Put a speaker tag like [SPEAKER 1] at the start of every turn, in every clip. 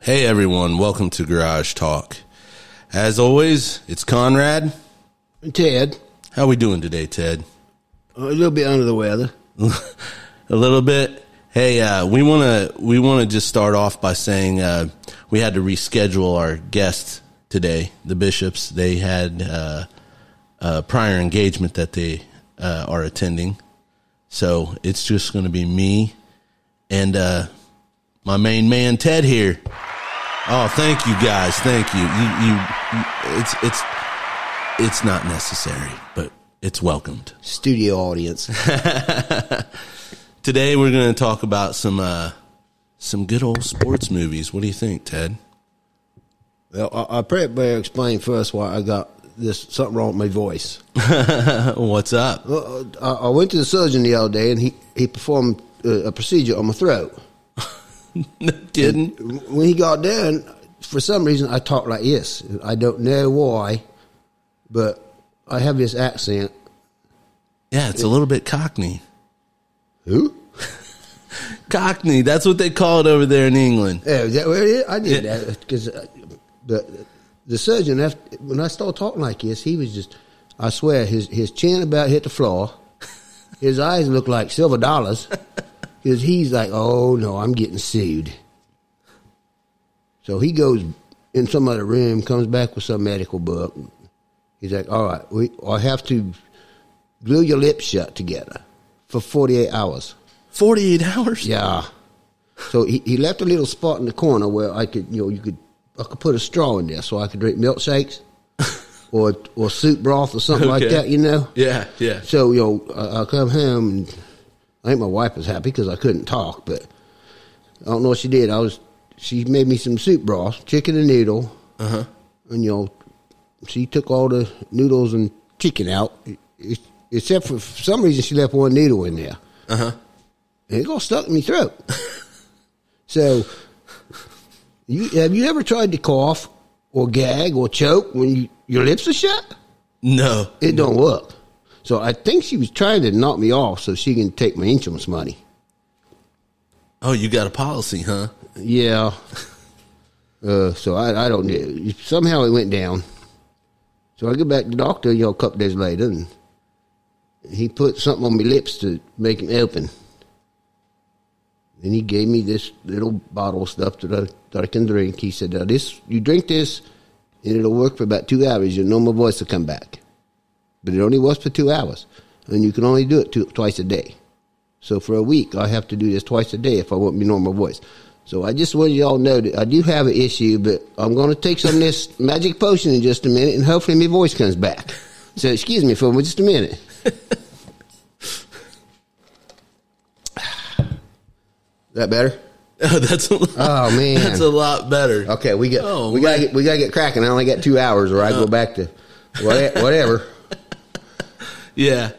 [SPEAKER 1] Hey everyone, welcome to Garage Talk. As always, it's Conrad.
[SPEAKER 2] Ted,
[SPEAKER 1] How we doing today, Ted?
[SPEAKER 2] a little bit under the weather.
[SPEAKER 1] a little bit. Hey, uh, we want to we want to just start off by saying uh, we had to reschedule our guests today. The bishops they had uh, a prior engagement that they uh, are attending, so it's just going to be me and uh, my main man Ted here. Oh, thank you guys, thank you. You, you, you it's it's it's not necessary, but it's welcomed.
[SPEAKER 2] Studio audience.
[SPEAKER 1] Today we're going to talk about some uh, some good old sports movies. What do you think, Ted?
[SPEAKER 2] well, I, I probably better explain first why I got this something wrong with my voice.
[SPEAKER 1] What's up?
[SPEAKER 2] Uh, I, I went to the surgeon the other day and he, he performed uh, a, a procedure on my throat. Oh.
[SPEAKER 1] No kidding.
[SPEAKER 2] When he got done, for some reason I talked like this. I don't know why, but I have this accent.
[SPEAKER 1] Yeah, it's a little bit Cockney.
[SPEAKER 2] Who?
[SPEAKER 1] Cockney. That's what they call it over there in England.
[SPEAKER 2] Yeah, is that where it is? I did that because the the surgeon after, when I started talking like this, he was just I swear his his chin about hit the floor. His eyes looked like silver dollars because he's like, oh no, I'm getting sued. So he goes in some other room, comes back with some medical book. He's like, all right, we I have to glue your lips shut together for 48 hours.
[SPEAKER 1] Forty eight hours.
[SPEAKER 2] Yeah. So he, he left a little spot in the corner where I could, you know, you could, I could put a straw in there so I could drink milkshakes or or soup broth or something like
[SPEAKER 1] Okay.
[SPEAKER 2] that, you know.
[SPEAKER 1] Yeah. Yeah.
[SPEAKER 2] So you know, I, I come home and I think my wife was happy because I couldn't talk, but I don't know what she did. I was she made me some soup broth, chicken and noodle,
[SPEAKER 1] Uh huh.
[SPEAKER 2] and you know, she took all the noodles and chicken out, e- e- except for, for some reason she left one noodle in there.
[SPEAKER 1] Uh huh.
[SPEAKER 2] And it got stuck in my throat. so, you have you ever tried to cough or gag or choke when you, your lips are shut?
[SPEAKER 1] No.
[SPEAKER 2] It don't work. So I think she was trying to knock me off so she can take my insurance money.
[SPEAKER 1] Oh, you got a policy, huh?
[SPEAKER 2] Yeah. Uh, so I, I don't know. Somehow it went down. So I go back to the doctor, you know, a couple days later, and he put something on my lips to make it open. Then he gave me this little bottle of stuff that I, that I can drink. He said, now this, you drink this, and it'll work for about two hours. Your normal voice will come back. But it only works for two hours. And you can only do it two, twice a day. So for a week, I have to do this twice a day if I want my normal voice. So I just wanted y'all to know that I do have an issue, but I'm going to take some of this magic potion in just a minute, and hopefully my voice comes back. So excuse me for just a minute. that better?
[SPEAKER 1] Oh, that's a lot,
[SPEAKER 2] Oh, man.
[SPEAKER 1] That's a lot better.
[SPEAKER 2] Okay, we got
[SPEAKER 1] Oh, Uh.
[SPEAKER 2] we got to get we got to get cracking. I only got two hours, or I go back to whate- whatever.
[SPEAKER 1] Yeah.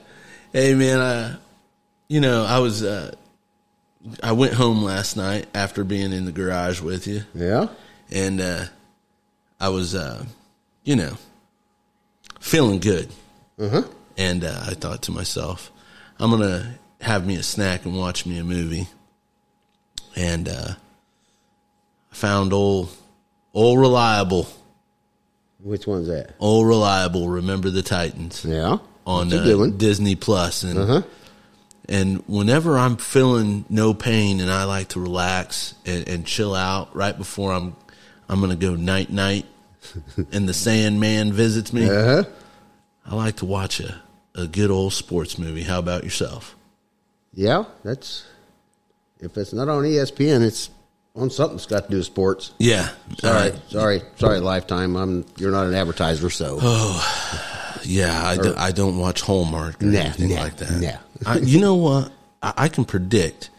[SPEAKER 1] Hey man, uh, you know, I was uh, I went home last night after being in the garage with you.
[SPEAKER 2] yeah.
[SPEAKER 1] and uh, I was, uh, you know, feeling good. And uh, I thought to myself, I'm gonna have me a snack and watch me a movie. And uh, I found old, old reliable,
[SPEAKER 2] Which one's that?
[SPEAKER 1] old reliable. Remember the Titans
[SPEAKER 2] Yeah.
[SPEAKER 1] on
[SPEAKER 2] That's a
[SPEAKER 1] uh,
[SPEAKER 2] good one. Uh-huh.
[SPEAKER 1] Disney Plus, and and whenever I'm feeling no pain and I like to relax and, and chill out right before I'm I'm gonna go night night, and the Sandman visits me,
[SPEAKER 2] Uh huh.
[SPEAKER 1] I like to watch a a good old sports movie. How about yourself?
[SPEAKER 2] Yeah, that's if it's not on E ESPN, it's on something's got to do with sports.
[SPEAKER 1] Yeah, all
[SPEAKER 2] Sorry,
[SPEAKER 1] right.
[SPEAKER 2] sorry, sorry, Lifetime. I'm you're not an advertiser, so
[SPEAKER 1] Yeah, I, do, I don't watch Hallmark or
[SPEAKER 2] Nah,
[SPEAKER 1] anything
[SPEAKER 2] nah,
[SPEAKER 1] like that.
[SPEAKER 2] nah.
[SPEAKER 1] I, you know what? I, I can predict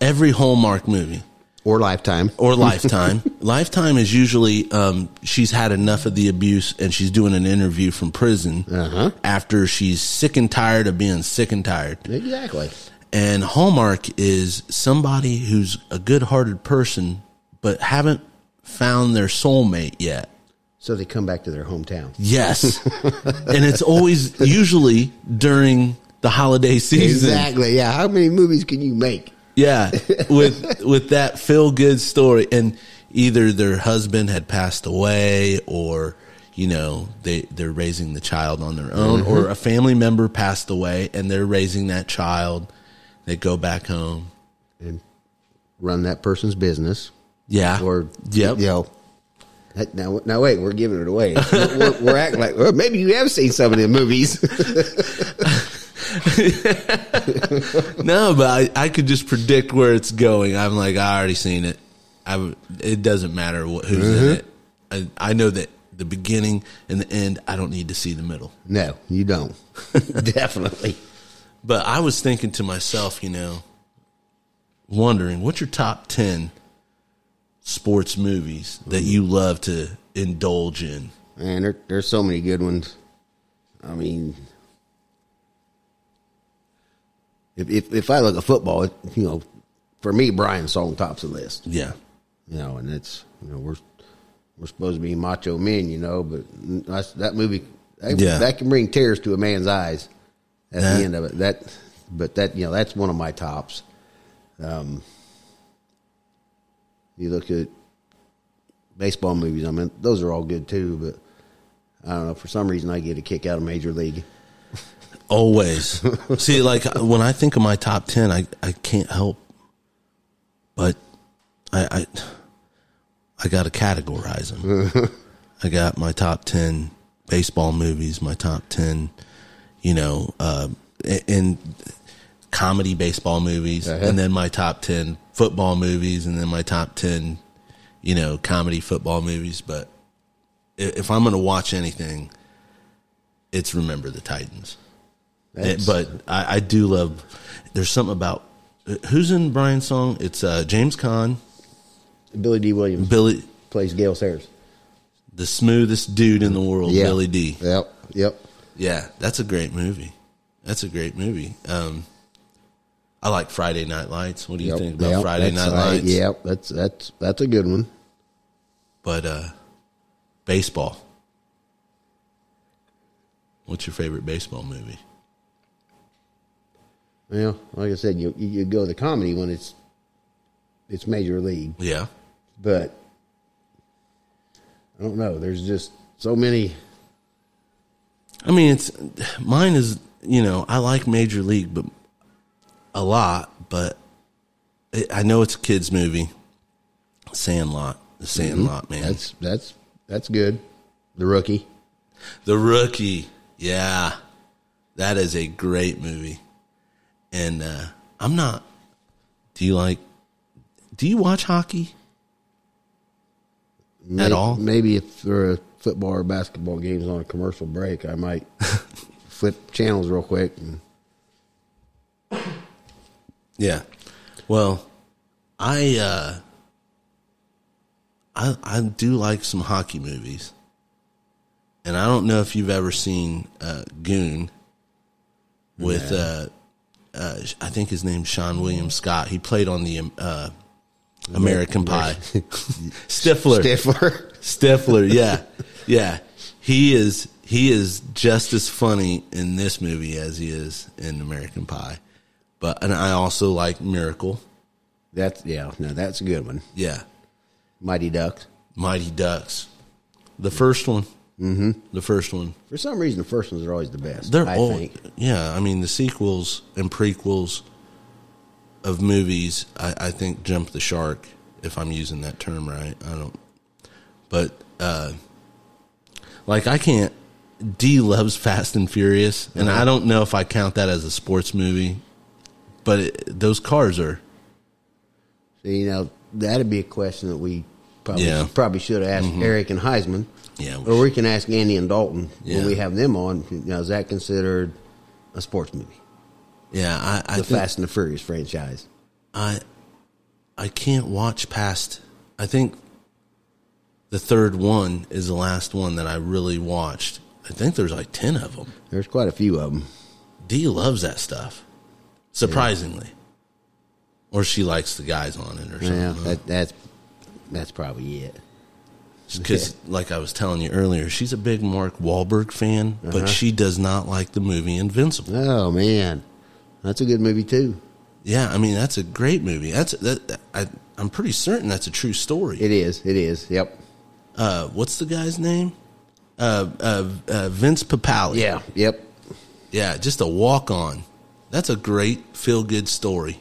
[SPEAKER 1] every Hallmark movie.
[SPEAKER 2] or Lifetime.
[SPEAKER 1] or Lifetime. Lifetime is usually um, she's had enough of the abuse and she's doing an interview from prison
[SPEAKER 2] Uh-huh.
[SPEAKER 1] after she's sick and tired of being sick and tired.
[SPEAKER 2] Exactly.
[SPEAKER 1] And Hallmark is somebody who's a good-hearted person but haven't found their soulmate yet.
[SPEAKER 2] So they come back to their hometown.
[SPEAKER 1] Yes, and it's always usually during the holiday season.
[SPEAKER 2] Exactly. Yeah. How many movies can you make?
[SPEAKER 1] Yeah, with with that feel good story, and either their husband had passed away or you know they they're raising the child on their own or a family member passed away and they're raising that child they go back home
[SPEAKER 2] and run that person's business.
[SPEAKER 1] yeah
[SPEAKER 2] Or
[SPEAKER 1] yep
[SPEAKER 2] you know, that- now, now wait, we're giving it away. we're, we're- we're acting like well, maybe you have seen some of the movies.
[SPEAKER 1] no but I, I could just predict where it's going i'm like i already seen it i w- it doesn't matter what, who's in it I, I know that the beginning and the end i don't need to see the middle
[SPEAKER 2] no, you don't. Definitely.
[SPEAKER 1] But I was thinking to myself, you know, wondering what's your top 10 sports movies that you love to indulge in?
[SPEAKER 2] Man, there, there's so many good ones. I mean, if if, if I look at football, it, you know, for me, Brian Song tops the list.
[SPEAKER 1] Yeah.
[SPEAKER 2] You know, and that's you know we're we're supposed to be macho men, you know, but that's, that movie that,
[SPEAKER 1] Yeah.
[SPEAKER 2] that can bring tears to a man's eyes at
[SPEAKER 1] That-
[SPEAKER 2] the end of it. That, but that you know that's one of my tops. Um, you look at baseball movies. I mean, those are all good too, but. I don't know. For some reason, I get a kick out of Major League.
[SPEAKER 1] Always. See, like when I think of my top 10, I, I can't help but I, I, I got to categorize them. I got my top 10 baseball movies, my top 10, you know, uh, a- and comedy baseball movies,
[SPEAKER 2] Uh-huh.
[SPEAKER 1] and then my top 10 football movies, and then my top 10, you know, comedy football movies. But i- if I'm going to watch anything, it's Remember the Titans.
[SPEAKER 2] That's-
[SPEAKER 1] It- Eh, but I, I do love. There's something about who's in Brian's song. It's uh, James Caan,
[SPEAKER 2] Billy D. Williams
[SPEAKER 1] Billy,
[SPEAKER 2] plays Gail Sayers.
[SPEAKER 1] the smoothest dude in the world, Billy D.
[SPEAKER 2] Yep, yep.
[SPEAKER 1] Yeah, that's a great movie. That's a great movie. Um, I like Friday Night Lights. What do you
[SPEAKER 2] yep,
[SPEAKER 1] think about
[SPEAKER 2] yep,
[SPEAKER 1] Friday
[SPEAKER 2] that's
[SPEAKER 1] Night
[SPEAKER 2] right,
[SPEAKER 1] Lights?
[SPEAKER 2] Yep, that's that's that's a good one.
[SPEAKER 1] But uh, baseball. What's your favorite baseball movie?
[SPEAKER 2] Well, like I said, you you, you go the comedy when it's it's Major League,
[SPEAKER 1] Yeah,
[SPEAKER 2] but I don't know. There's just so many.
[SPEAKER 1] I mean, it's mine is you know I like Major League, but a lot. But it, I know it's a kids movie. Sandlot, the Sandlot man,
[SPEAKER 2] That's that's that's good. The rookie.
[SPEAKER 1] the rookie. Yeah, that is a great movie. And uh, I'm not. Do you like? Do you watch hockey?
[SPEAKER 2] May-
[SPEAKER 1] all?
[SPEAKER 2] Maybe if there are football or basketball games on a commercial break, I might flip channels real quick. And,
[SPEAKER 1] Yeah. Well, I uh I I do like some hockey movies. And I don't know if you've ever seen uh Goon with uh uh, I think his name's Sean William Scott. He played on the um, uh, American Pie. Stifler.
[SPEAKER 2] Stifler.
[SPEAKER 1] Stifler, yeah, yeah. He is he is just as funny in this movie as he is in American Pie. But and I also like Miracle.
[SPEAKER 2] That's yeah. No, that's a good one.
[SPEAKER 1] Yeah,
[SPEAKER 2] Mighty Ducks.
[SPEAKER 1] Mighty Ducks, the first one. Mm-hmm. The first one.
[SPEAKER 2] For some reason, the first ones are always the best.
[SPEAKER 1] They're
[SPEAKER 2] I
[SPEAKER 1] all
[SPEAKER 2] think.
[SPEAKER 1] yeah. I mean the sequels and prequels of movies. I, I think jump the shark if I'm using that term right. I don't. But uh, like I can't. D loves Fast and Furious, and
[SPEAKER 2] Uh-huh.
[SPEAKER 1] I don't know if I count that as a sports movie, but it, those cars are
[SPEAKER 2] So, you know, that'd be a question that we probably
[SPEAKER 1] Yeah. Mm-hmm.
[SPEAKER 2] probably should have asked Eric and Heisman.
[SPEAKER 1] Yeah.
[SPEAKER 2] Or we can ask Andy and Dalton
[SPEAKER 1] Yeah.
[SPEAKER 2] when we have them on. You know, is that considered a sports movie?
[SPEAKER 1] yeah. I, I
[SPEAKER 2] The
[SPEAKER 1] think-
[SPEAKER 2] Fast and the Furious franchise.
[SPEAKER 1] I I can't watch past I think the third one is the last one that I really watched. I think there's like 10 of them.
[SPEAKER 2] There's quite a few of them.
[SPEAKER 1] Dee loves that stuff. Surprisingly. Or she likes the guys on it or something.
[SPEAKER 2] Yeah, that, that's that's probably it.
[SPEAKER 1] Because, like I was telling you earlier, she's a big Mark Wahlberg fan,
[SPEAKER 2] Uh-huh.
[SPEAKER 1] but she does not like the movie Invincible.
[SPEAKER 2] Oh man, that's a good movie too.
[SPEAKER 1] Yeah, I mean that's a great movie. That's that. I I'm pretty certain that's a true story.
[SPEAKER 2] It is. It is. Yep.
[SPEAKER 1] uh, what's the guy's name? Uh, uh, uh, Vince Papali.
[SPEAKER 2] Yeah. Yep.
[SPEAKER 1] Yeah, just a walk on. That's a great feel good story.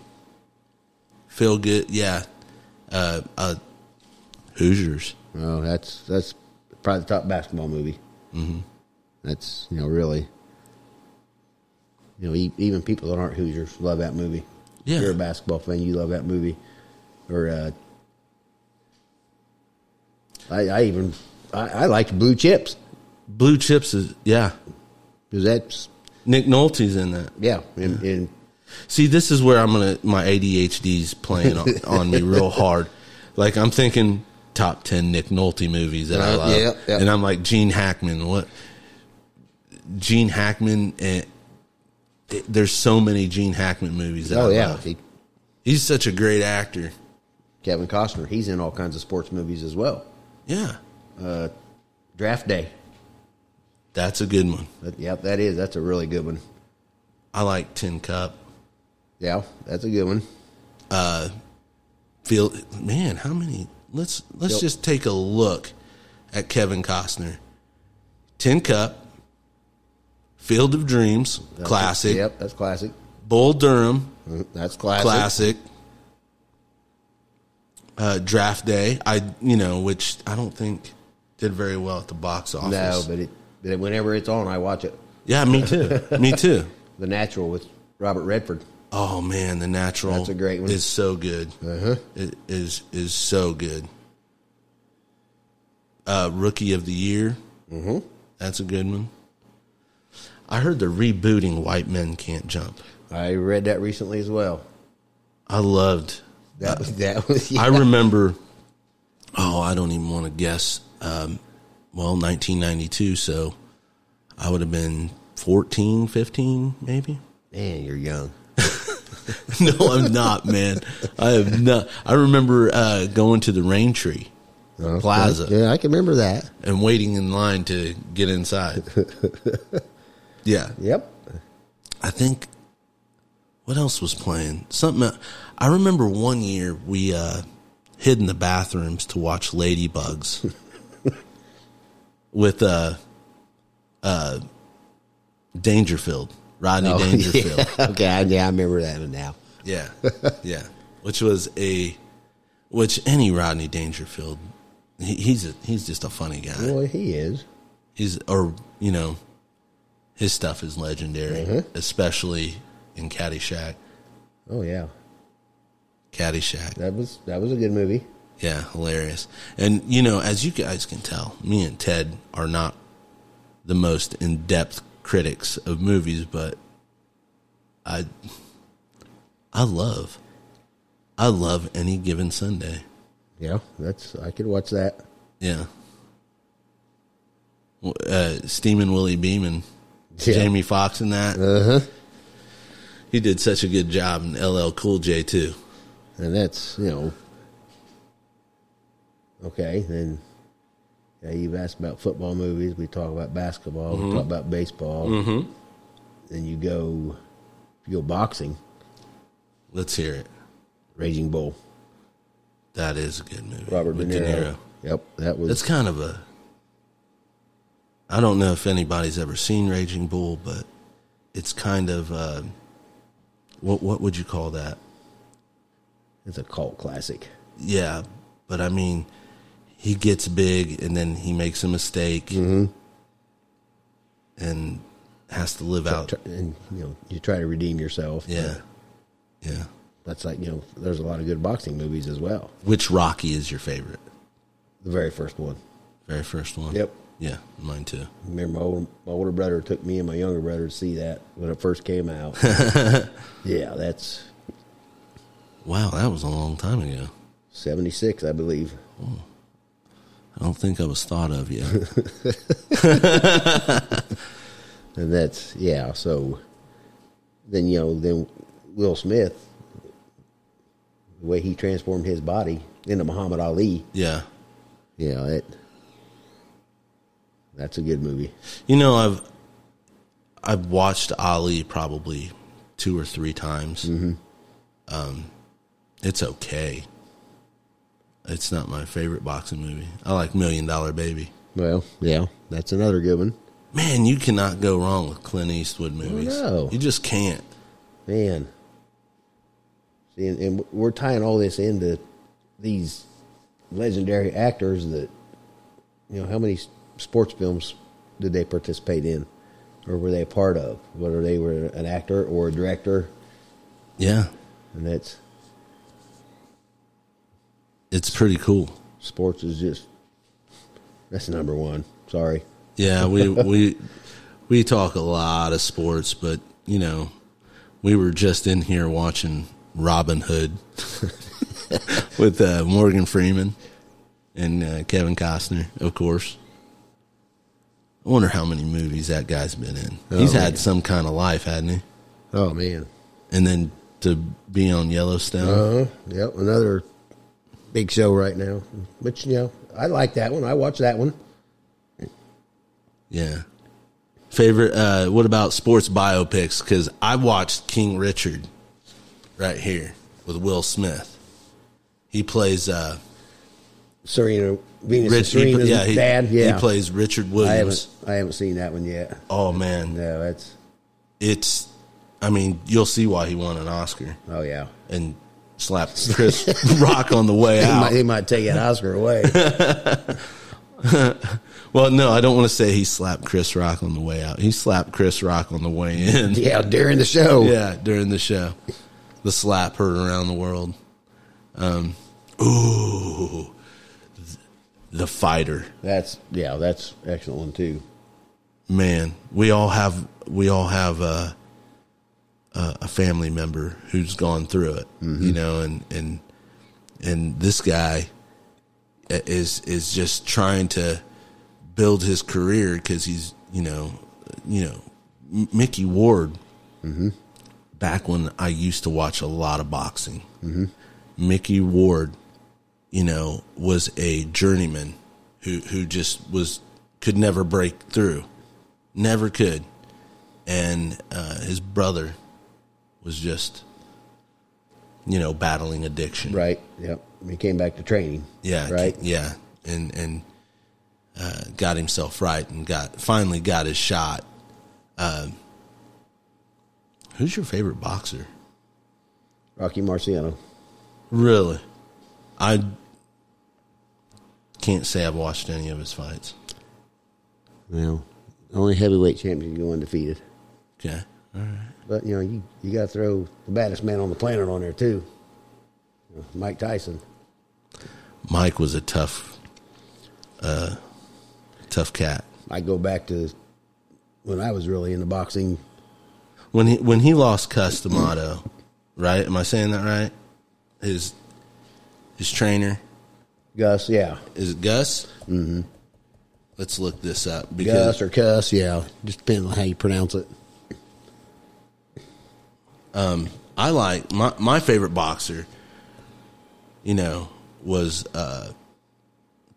[SPEAKER 1] Feel good, yeah. Uh, uh, Hoosiers.
[SPEAKER 2] Oh, that's that's probably the top basketball movie. Mm-hmm. That's you know really, you know e- even people that aren't Hoosiers love that movie.
[SPEAKER 1] Yeah.
[SPEAKER 2] You're a basketball fan, you love that movie, or uh, I, I even I, I liked Blue Chips
[SPEAKER 1] Blue Chips is, yeah.
[SPEAKER 2] because that's
[SPEAKER 1] Nick Nolte's in that.
[SPEAKER 2] yeah and, and
[SPEAKER 1] See, this is where I'm gonna my ADHD's playing on, on me real hard. Like I'm thinking top ten Nick Nolte movies that I
[SPEAKER 2] Uh,
[SPEAKER 1] love,
[SPEAKER 2] yeah, yeah.
[SPEAKER 1] and I'm like Gene Hackman. What? Gene Hackman and it- there's so many Gene Hackman movies. That
[SPEAKER 2] oh
[SPEAKER 1] I
[SPEAKER 2] yeah,
[SPEAKER 1] love.
[SPEAKER 2] he,
[SPEAKER 1] he's such a great actor.
[SPEAKER 2] Kevin Costner he's in all kinds of sports movies as well.
[SPEAKER 1] Yeah,
[SPEAKER 2] Draft Day,
[SPEAKER 1] that's a good one.
[SPEAKER 2] That- yep, that is that's a really good one.
[SPEAKER 1] I like Tin Cup.
[SPEAKER 2] Yeah, that's a good one.
[SPEAKER 1] Feel man, how many? Let's let's
[SPEAKER 2] Yep.
[SPEAKER 1] just take a look at Kevin Costner. Tin Cup, Field of Dreams, classic.
[SPEAKER 2] Yep, that's classic.
[SPEAKER 1] Bull Durham,
[SPEAKER 2] Mhm, That's classic.
[SPEAKER 1] classic. Uh, draft Day, I you know, which I don't think did very well at the box office.
[SPEAKER 2] No, but it, but it- whenever it's on, I watch it.
[SPEAKER 1] yeah, me too. me too.
[SPEAKER 2] The Natural with Robert Redford.
[SPEAKER 1] Oh man, The Natural.
[SPEAKER 2] That's a great one.
[SPEAKER 1] Is so good. Uh-huh. It is is so good. Uh, Rookie of the Year. Mm-hmm. That's a good one. I heard they're rebooting White Men Can't Jump.
[SPEAKER 2] I read that recently as well.
[SPEAKER 1] I loved
[SPEAKER 2] That was that was yeah.
[SPEAKER 1] I remember. Oh, I don't even want to guess. Um, well, 1992, so I would have been 14, 15, maybe.
[SPEAKER 2] man, you're young.
[SPEAKER 1] no, I'm not, man. I have not. I remember uh, going to the Rain Tree Plaza
[SPEAKER 2] Yeah, I can remember that.
[SPEAKER 1] and waiting in line to get inside. yeah,
[SPEAKER 2] Yep.
[SPEAKER 1] I think what else was playing? Something I remember one year we uh, hid in the bathrooms to watch Ladybugs with uh, uh, Dangerfield, Rodney Dangerfield.
[SPEAKER 2] Oh, yeah. Okay, I, yeah, I remember that one now.
[SPEAKER 1] Yeah, yeah. Which was a, which any Rodney Dangerfield, he, he's a, he's just a funny guy.
[SPEAKER 2] Boy, he is.
[SPEAKER 1] He's or you know, his stuff is legendary, especially in Caddyshack.
[SPEAKER 2] Oh yeah,
[SPEAKER 1] Caddyshack.
[SPEAKER 2] that was that was a good movie.
[SPEAKER 1] Yeah, hilarious. And you know, as you guys can tell, me and Ted are not the most in-depth critics of movies, but I I love I love any given Sunday.
[SPEAKER 2] Yeah, that's I could watch that.
[SPEAKER 1] Yeah. W- Uh, Steaming Willie Beeman,
[SPEAKER 2] Yeah.
[SPEAKER 1] Jamie Foxx in that.
[SPEAKER 2] Uh huh.
[SPEAKER 1] He did such a good job in LL Cool J too.
[SPEAKER 2] And that's you know. Okay, then. Yeah, you've asked about football movies. We talk about basketball. We talk about baseball. Mm-hmm. Then you go, you go boxing.
[SPEAKER 1] Let's hear it.
[SPEAKER 2] Raging Bull.
[SPEAKER 1] That is a good movie.
[SPEAKER 2] Robert De
[SPEAKER 1] with
[SPEAKER 2] Niro. Yep, that was
[SPEAKER 1] That's kind of a. I don't know if anybody's ever seen Raging Bull, but it's kind of uh, what what would you call that?
[SPEAKER 2] it's a cult classic.
[SPEAKER 1] Yeah, but I mean, he gets big and then he makes a mistake and has to live out.
[SPEAKER 2] Tr- And you know, you try to redeem yourself. but
[SPEAKER 1] Yeah, yeah.
[SPEAKER 2] that's like you know, there's a lot of good boxing movies as well.
[SPEAKER 1] Which Rocky is your favorite?
[SPEAKER 2] The very first one.
[SPEAKER 1] Very first one.
[SPEAKER 2] Yep.
[SPEAKER 1] Yeah, mine too.
[SPEAKER 2] I remember my older, my older brother took me and my younger brother to see that when it first came out. yeah, that's
[SPEAKER 1] Wow, that was a long time ago.
[SPEAKER 2] seventy six, I believe.
[SPEAKER 1] I don't think I was thought of yet.
[SPEAKER 2] And that's yeah. So then you know, then Will Smith, the way he transformed his body into Muhammad Ali.
[SPEAKER 1] yeah.
[SPEAKER 2] Yeah, that that's a good movie.
[SPEAKER 1] You know, I've I've watched Ali probably two or three times. Um, it's okay. It's not my favorite boxing movie. I like Million Dollar Baby.
[SPEAKER 2] Well, yeah, that's another good one.
[SPEAKER 1] Man, you cannot go wrong with Clint Eastwood movies.
[SPEAKER 2] no.
[SPEAKER 1] You just can't.
[SPEAKER 2] Man. See, and, and we're tying all this into these legendary actors that, you know, how many s- sports films did they participate in or were they a part of? Whether they were an actor or a director.
[SPEAKER 1] Yeah.
[SPEAKER 2] And that's
[SPEAKER 1] It's pretty cool.
[SPEAKER 2] sports is just, that's number one. Sorry.
[SPEAKER 1] Yeah, we we we talk a lot of sports, but you know, we were just in here watching Robin Hood with uh, Morgan Freeman and uh, Kevin Costner, of course. I wonder how many movies that guy's been in. He's
[SPEAKER 2] Oh,
[SPEAKER 1] had
[SPEAKER 2] yeah.
[SPEAKER 1] some kind of life, hadn't he?
[SPEAKER 2] Oh, man.
[SPEAKER 1] And then to be on Yellowstone,
[SPEAKER 2] Uh huh. Yep. Another big show right now. Which, you know, I like that one. I watch that one.
[SPEAKER 1] yeah. Favorite? Uh, what about sports biopics? Because I watched King Richard right here with Will Smith. He plays uh,
[SPEAKER 2] Serena Venus and
[SPEAKER 1] Rich. He,
[SPEAKER 2] Serena's
[SPEAKER 1] yeah, he,
[SPEAKER 2] dad. Yeah,
[SPEAKER 1] he plays Richard
[SPEAKER 2] I haven't
[SPEAKER 1] Williams.
[SPEAKER 2] I haven't seen that one yet.
[SPEAKER 1] Oh man,
[SPEAKER 2] No, that's
[SPEAKER 1] it's. I mean, you'll see why he won an Oscar
[SPEAKER 2] oh yeah.
[SPEAKER 1] and slapped Chris Rock on the way
[SPEAKER 2] He
[SPEAKER 1] out.
[SPEAKER 2] might, he might take an Oscar away.
[SPEAKER 1] Well, no, I don't want to say he slapped Chris Rock on the way out. He slapped Chris Rock on the way in.
[SPEAKER 2] yeah, during the show.
[SPEAKER 1] Yeah, during the show. The slap heard around the world. Um, ooh, the fighter,
[SPEAKER 2] That's yeah, that's an excellent one too.
[SPEAKER 1] man. We all have we all have a a, a family member who's gone through it, you know, and and and this guy i- is is just trying to build his career because he's you know you know M- Mickey Ward. Back when I used to watch a lot of boxing, Mickey Ward, you know, was a journeyman who who just was could never break through, never could, and uh, his brother was just you know battling addiction,
[SPEAKER 2] Right. Yep. He came back to training.
[SPEAKER 1] yeah,
[SPEAKER 2] Right.
[SPEAKER 1] Yeah, and and uh, got himself right and got finally got his shot. Uh, who's your favorite boxer?
[SPEAKER 2] Rocky Marciano.
[SPEAKER 1] Really, I can't say I've watched any of his fights.
[SPEAKER 2] Well, only heavyweight champion to go undefeated.
[SPEAKER 1] Okay,
[SPEAKER 2] But you know, you, you gotta throw the baddest man on the planet on there too. You know, Mike Tyson.
[SPEAKER 1] Mike was a tough, uh, tough cat.
[SPEAKER 2] I go back to when I was really into boxing.
[SPEAKER 1] when he when he lost Customato, right? Am I saying that right? His his trainer
[SPEAKER 2] Gus, yeah.
[SPEAKER 1] is it Gus. Mm-hmm. Let's look this up because
[SPEAKER 2] Gus or cuss, yeah. Just depending on how you pronounce it.
[SPEAKER 1] I like my my favorite boxer. You know was uh,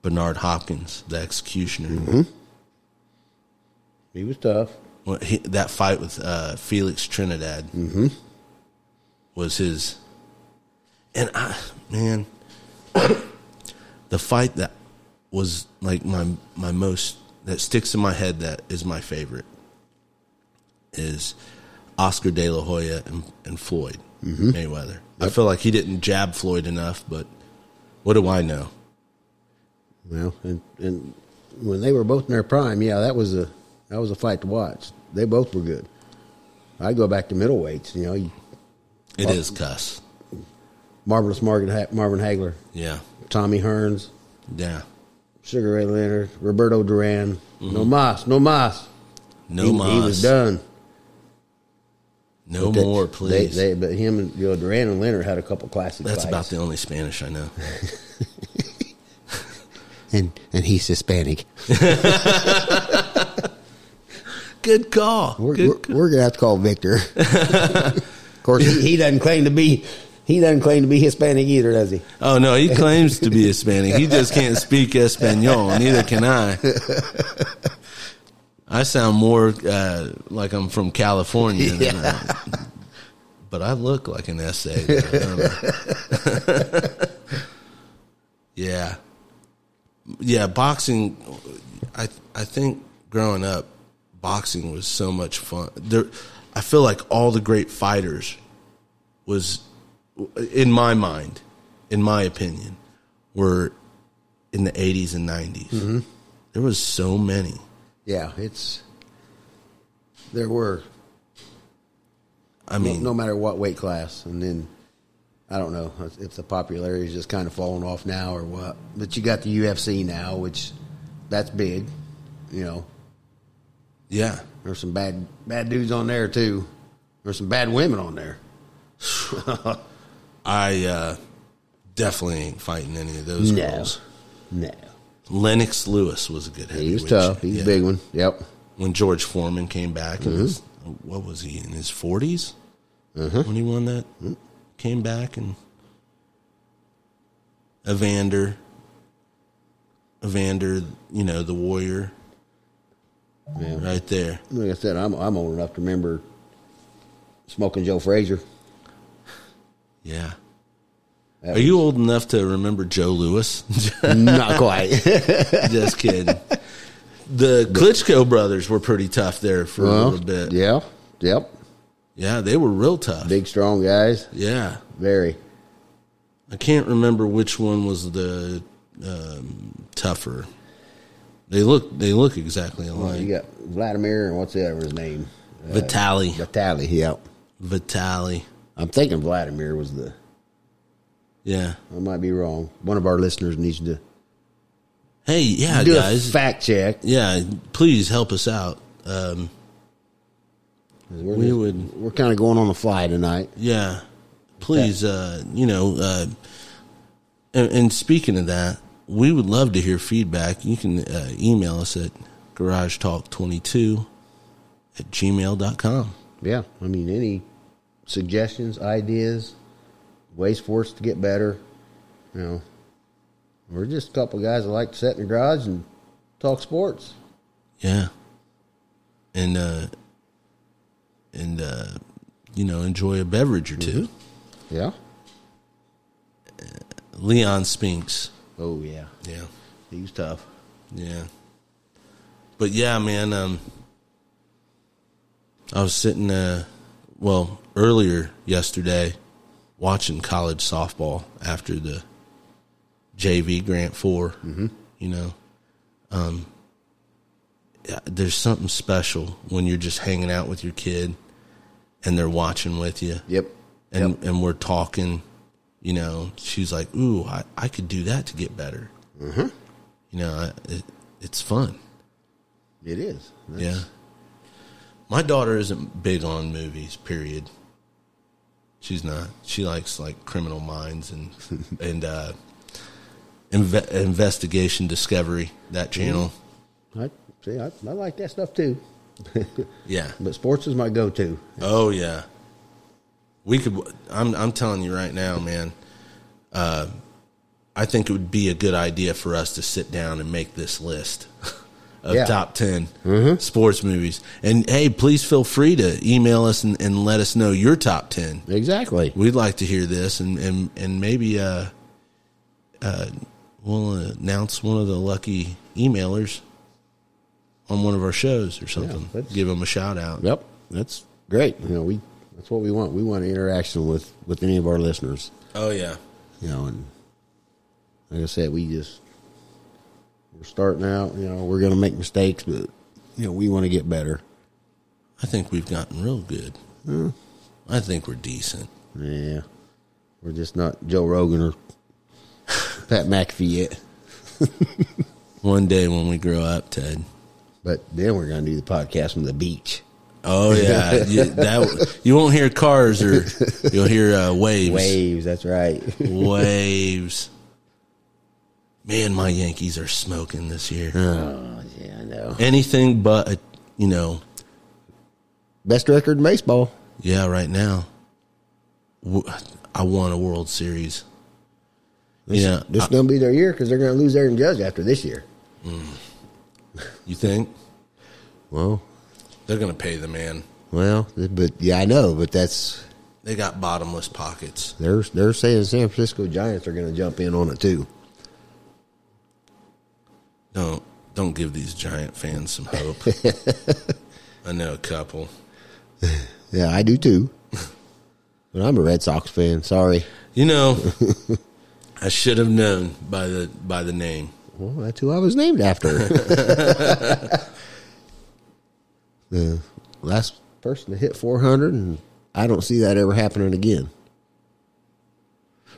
[SPEAKER 1] Bernard Hopkins, the Executioner.
[SPEAKER 2] He was tough.
[SPEAKER 1] When he, that fight with uh, Felix Trinidad
[SPEAKER 2] Mm-hmm.
[SPEAKER 1] was his. And I, man, the fight that was like my my most that sticks in my head that is my favorite is Oscar De La Hoya and, and Floyd
[SPEAKER 2] Mm-hmm.
[SPEAKER 1] Mayweather. I feel like he didn't jab Floyd enough, but what do I know?
[SPEAKER 2] Well, and and when they were both in their prime, yeah, that was a that was a fight to watch. They both were good. I go back to middleweights, you know, you-
[SPEAKER 1] It is cuss.
[SPEAKER 2] marvelous Marvin, ha- Marvin Hagler,
[SPEAKER 1] Yeah,
[SPEAKER 2] Tommy Hearns,
[SPEAKER 1] yeah.
[SPEAKER 2] Sugar Ray Leonard, Roberto Duran, no mas, no mas.
[SPEAKER 1] Mm-hmm. No
[SPEAKER 2] he,
[SPEAKER 1] mas.
[SPEAKER 2] he was done.
[SPEAKER 1] No
[SPEAKER 2] But they-
[SPEAKER 1] more,
[SPEAKER 2] they-
[SPEAKER 1] please.
[SPEAKER 2] They, but him and you know, Duran and Leonard had a couple classic.
[SPEAKER 1] That's
[SPEAKER 2] fights.
[SPEAKER 1] about the only Spanish I know.
[SPEAKER 2] and and he's Hispanic.
[SPEAKER 1] Good call.
[SPEAKER 2] We're,
[SPEAKER 1] Good
[SPEAKER 2] we're, we're gonna have to call Victor. of course, he, he doesn't claim to be he doesn't claim to be Hispanic either, does he?
[SPEAKER 1] Oh no, he claims to be Hispanic. He just can't speak Espanol. Neither can I. I sound more uh, like I'm from California than a but I look like an SA. don't I?" yeah, yeah. Boxing, I I think growing up, boxing was so much fun. There, I feel like all the great fighters was, in my mind, in my opinion, were in the eighties and 90s
[SPEAKER 2] Mm-hmm.
[SPEAKER 1] There was so many.
[SPEAKER 2] Yeah, it's there were
[SPEAKER 1] I
[SPEAKER 2] no,
[SPEAKER 1] mean,
[SPEAKER 2] no matter what weight class, and then I don't know if the popularity is just kind of falling off now or what. But you got the UFC now, which that's big. You know,
[SPEAKER 1] yeah.
[SPEAKER 2] there's some bad bad dudes on there too. There's some bad women on there.
[SPEAKER 1] I uh, definitely ain't fighting any of those girls.
[SPEAKER 2] no,
[SPEAKER 1] Lennox Lewis was a good heavyweight.
[SPEAKER 2] he was tough. He's
[SPEAKER 1] Yeah.
[SPEAKER 2] a big one. Yep.
[SPEAKER 1] When George Foreman came back, in his,
[SPEAKER 2] Mm-hmm.
[SPEAKER 1] what was he in his 40s
[SPEAKER 2] Uh-huh.
[SPEAKER 1] when he won that?
[SPEAKER 2] Mm-hmm.
[SPEAKER 1] Came back and Evander, Evander, you know the warrior,
[SPEAKER 2] Yeah.
[SPEAKER 1] right there.
[SPEAKER 2] Like I said, I'm I'm old enough to remember smoking Joe Frazier.
[SPEAKER 1] Yeah.
[SPEAKER 2] That
[SPEAKER 1] Are you old enough to remember Joe Lewis?
[SPEAKER 2] Not quite.
[SPEAKER 1] Just kidding. The Klitschko brothers were pretty tough there for a
[SPEAKER 2] Well,
[SPEAKER 1] little bit. Yeah.
[SPEAKER 2] Yeah. Yep.
[SPEAKER 1] they were real tough.
[SPEAKER 2] Big strong guys.
[SPEAKER 1] yeah.
[SPEAKER 2] Very.
[SPEAKER 1] I can't remember which one was the um, tougher. They look they look exactly
[SPEAKER 2] Well,
[SPEAKER 1] alike.
[SPEAKER 2] you got Vladimir and what's the other his name?
[SPEAKER 1] Vitali.
[SPEAKER 2] Vitali. Yep.
[SPEAKER 1] Vitali.
[SPEAKER 2] I'm thinking Vladimir was the.
[SPEAKER 1] Yeah.
[SPEAKER 2] I might be wrong. One of our listeners needs to
[SPEAKER 1] Hey, yeah,
[SPEAKER 2] do
[SPEAKER 1] guys.
[SPEAKER 2] a fact check.
[SPEAKER 1] yeah, please help us out. Um,
[SPEAKER 2] We're,
[SPEAKER 1] We
[SPEAKER 2] just-
[SPEAKER 1] would-
[SPEAKER 2] We're kind of going on the fly tonight.
[SPEAKER 1] Yeah. Please, uh, you know, uh, and, and speaking of that, we would love to hear feedback. You can uh, email us at garagetalk22 at gmail.com.
[SPEAKER 2] Yeah. I mean, any suggestions, ideas, ways for us to get better. You know, we're just a couple guys that like to sit in the garage and talk sports.
[SPEAKER 1] Yeah. And, uh, and, uh, you know, enjoy a beverage or 2
[SPEAKER 2] Yeah.
[SPEAKER 1] Leon Spinks.
[SPEAKER 2] Oh yeah.
[SPEAKER 1] Yeah.
[SPEAKER 2] He was tough.
[SPEAKER 1] Yeah. But yeah, man, um I was sitting uh well, earlier yesterday watching college softball after the JV Grant 4, you know. Um yeah, there's something special when you're just hanging out with your kid and they're watching with you
[SPEAKER 2] Yep.
[SPEAKER 1] and and we're talking, you know, she's like, "Ooh, I, I could do that to get better." Mm-hmm. You know, I, it, it's fun.
[SPEAKER 2] It is. That's-
[SPEAKER 1] yeah, my daughter isn't big on movies. Period. She's not. She likes like Criminal Minds and and uh, inve- Investigation Discovery that
[SPEAKER 2] Mm-hmm.
[SPEAKER 1] channel.
[SPEAKER 2] I see. I, I like that stuff too.
[SPEAKER 1] Yeah.
[SPEAKER 2] But sports is my go-to.
[SPEAKER 1] Oh yeah. We could. I'm. I'm telling you right now, man. Uh, I think it would be a good idea for us to sit down and make this list of
[SPEAKER 2] Yeah. Mm-hmm.
[SPEAKER 1] top 10 sports movies. And hey, please feel free to email us and, and let us know your top ten.
[SPEAKER 2] Exactly.
[SPEAKER 1] We'd like to hear this, and and and maybe uh, uh, we'll announce one of the lucky emailers on one of our shows or something.
[SPEAKER 2] let's-
[SPEAKER 1] Give them a shout out.
[SPEAKER 2] Yep. That's great. You know, we that's what we want. We want interaction with with any of our listeners.
[SPEAKER 1] Oh yeah.
[SPEAKER 2] You know, and like I said, we just we're starting out. You know, we're going to make mistakes, but you know, we want to get better.
[SPEAKER 1] I think we've gotten real good.
[SPEAKER 2] Hmm.
[SPEAKER 1] I think we're decent.
[SPEAKER 2] Yeah, we're just not Joe Rogan or Pat McAfee yet.
[SPEAKER 1] One day when we grow up, Ted.
[SPEAKER 2] But then we're going to do the podcast from the beach.
[SPEAKER 1] Oh yeah, you, that you won't hear cars or you'll hear uh, waves.
[SPEAKER 2] Waves. That's right.
[SPEAKER 1] Waves. Man, my Yankees are smoking this year.
[SPEAKER 2] oh yeah, I know.
[SPEAKER 1] Anything but a, you know,
[SPEAKER 2] Best record in baseball.
[SPEAKER 1] yeah. Right now, W- I want a World Series. You know,
[SPEAKER 2] This is going to be their year because they're going to lose Aaron Judge after this year.
[SPEAKER 1] you think
[SPEAKER 2] Well,
[SPEAKER 1] they're gonna pay the man?
[SPEAKER 2] well, but yeah, I know, but that's
[SPEAKER 1] They got bottomless pockets.
[SPEAKER 2] They're they're saying San Francisco Giants are going to jump in on it too.
[SPEAKER 1] Don't don't give these giant fans some hope. I know a couple.
[SPEAKER 2] Yeah, I do too. but I'm a Red Sox fan. Sorry.
[SPEAKER 1] You know, I should have known by the by the name.
[SPEAKER 2] Well, that's who I was named after. the last person to hit 400, and I don't see that ever happening again.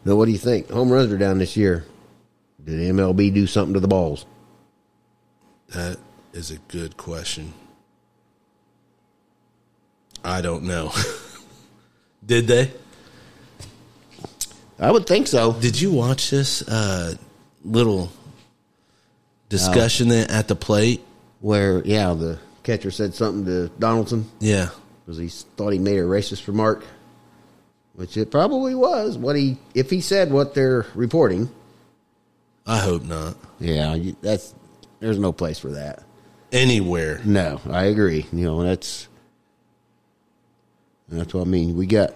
[SPEAKER 2] Now, what do you think? Home runs are down this year. Did MLB do something to the balls?
[SPEAKER 1] That is a good question. I don't know. Did they?
[SPEAKER 2] I would think so.
[SPEAKER 1] Did you watch this uh, little discussion that at the plate?
[SPEAKER 2] Where, yeah, the catcher said something to Donaldson
[SPEAKER 1] Yeah.
[SPEAKER 2] because he thought he made a racist remark, which it probably was. What he, if he said what they're reporting,
[SPEAKER 1] I hope not.
[SPEAKER 2] Yeah, you, that's there's no place for that.
[SPEAKER 1] Anywhere.
[SPEAKER 2] No, I agree. You know, that's that's what I mean. We got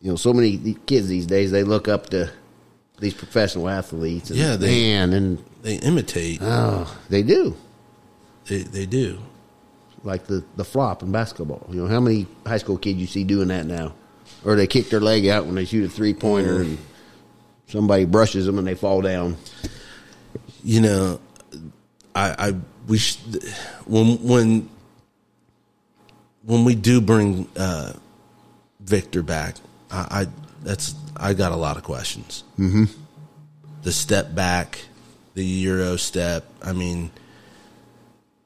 [SPEAKER 2] you know so many the- kids these days. They look up to these professional athletes. And,
[SPEAKER 1] Yeah, they-
[SPEAKER 2] man, and
[SPEAKER 1] They imitate.
[SPEAKER 2] oh, they do
[SPEAKER 1] They they do.
[SPEAKER 2] like the the flop in basketball. You know, how many high school kids you see doing that now? Or they kick their leg out when they shoot a three pointer, and somebody brushes them and they fall down.
[SPEAKER 1] You know, I I we sh- when when when we do bring uh, Victor back, I, I that's I got a lot of questions. Mm-hmm. The step back, the euro step. I mean,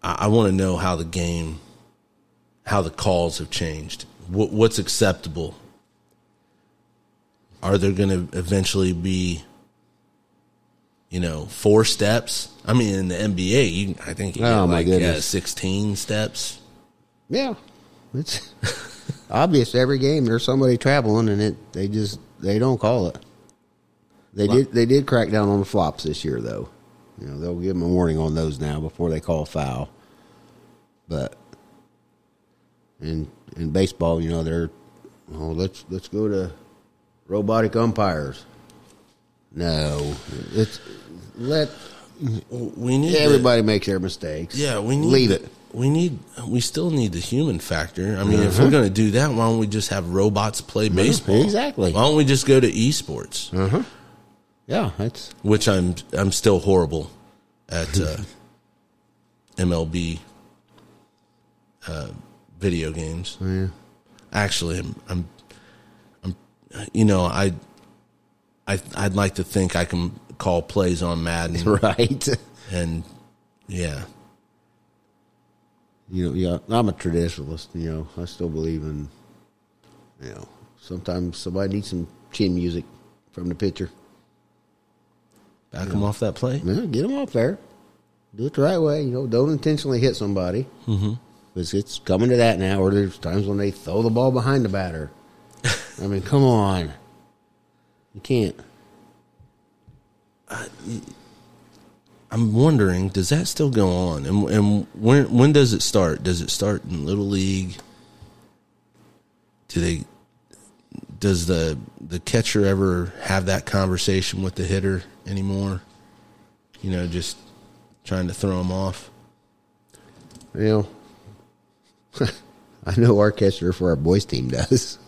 [SPEAKER 1] I, I want to know how the game, how the calls have changed. What, what's acceptable? Are there going to eventually be, you know, four steps? I mean, in the NBA, you, I think you get
[SPEAKER 2] Oh, my
[SPEAKER 1] like uh,
[SPEAKER 2] goodness.
[SPEAKER 1] sixteen steps.
[SPEAKER 2] Yeah, it's obvious. Every game there's somebody traveling, and it they just they don't call it. They did they did crack down on the flops this year, though. You know they'll give them a warning on those now before they call a foul. But in in baseball, you know they're oh let's let's go to robotic umpires. No, it's let
[SPEAKER 1] We need to-
[SPEAKER 2] everybody makes their mistakes.
[SPEAKER 1] Yeah, we need
[SPEAKER 2] leave it.
[SPEAKER 1] We need. We still need the human factor. I mean, if
[SPEAKER 2] Uh-huh.
[SPEAKER 1] we're going to do that, why don't we just have robots play baseball?
[SPEAKER 2] exactly. Uh-huh.
[SPEAKER 1] Why don't we just go to esports?
[SPEAKER 2] Yeah, that's
[SPEAKER 1] Which I'm. I'm still horrible at uh, MLB uh, video games.
[SPEAKER 2] Oh, yeah.
[SPEAKER 1] Actually, I'm. I'm. I'm you know, I. I. I'd like to think I can call plays on Madden
[SPEAKER 2] right.
[SPEAKER 1] and. Yeah.
[SPEAKER 2] you know, yeah, I'm a traditionalist. You know, I still believe in, you know, sometimes somebody needs some chin music from the pitcher.
[SPEAKER 1] Back him off that play.
[SPEAKER 2] Yeah, get them off there. Do it the right way. You know, don't intentionally hit somebody. Mm-hmm. It's, it's coming to that now. Or there's times when they throw the ball behind the batter. I mean, come on, you can't.
[SPEAKER 1] I'm wondering, does that still go on? And, and when when does it start? Does it start in little league? Do they? Does the the catcher ever have that conversation with the hitter anymore? You know, just trying to throw him off.
[SPEAKER 2] You know, I know our catcher for our boys team does.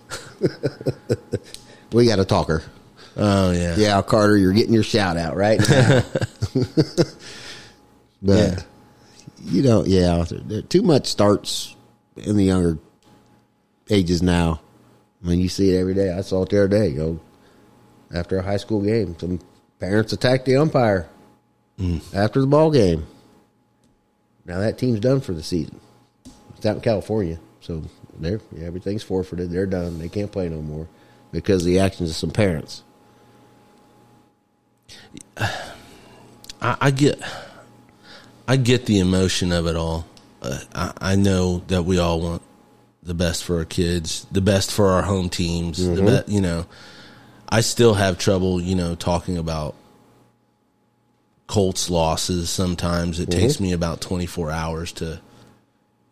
[SPEAKER 2] we got a talker.
[SPEAKER 1] Oh yeah,
[SPEAKER 2] Yeah, Carter, you're getting your shout out right now. but
[SPEAKER 1] Yeah.
[SPEAKER 2] you know, yeah, there- there- too much starts in the younger ages now. I mean, you see it every day. I saw it the other day. Go after a high school game, some parents attacked the umpire
[SPEAKER 1] Mm.
[SPEAKER 2] after the ball game. Now that team's done for the season. It's out in California, so they're yeah, everything's forfeited. They're done. They can't play no more because of the actions of some parents.
[SPEAKER 1] I, I get, I get the emotion of it all. Uh, I, I know that we all want the best for our kids, the best for our home teams. The be, you know, I still have trouble, you know, talking about Colts losses. Sometimes it takes me about twenty four hours to,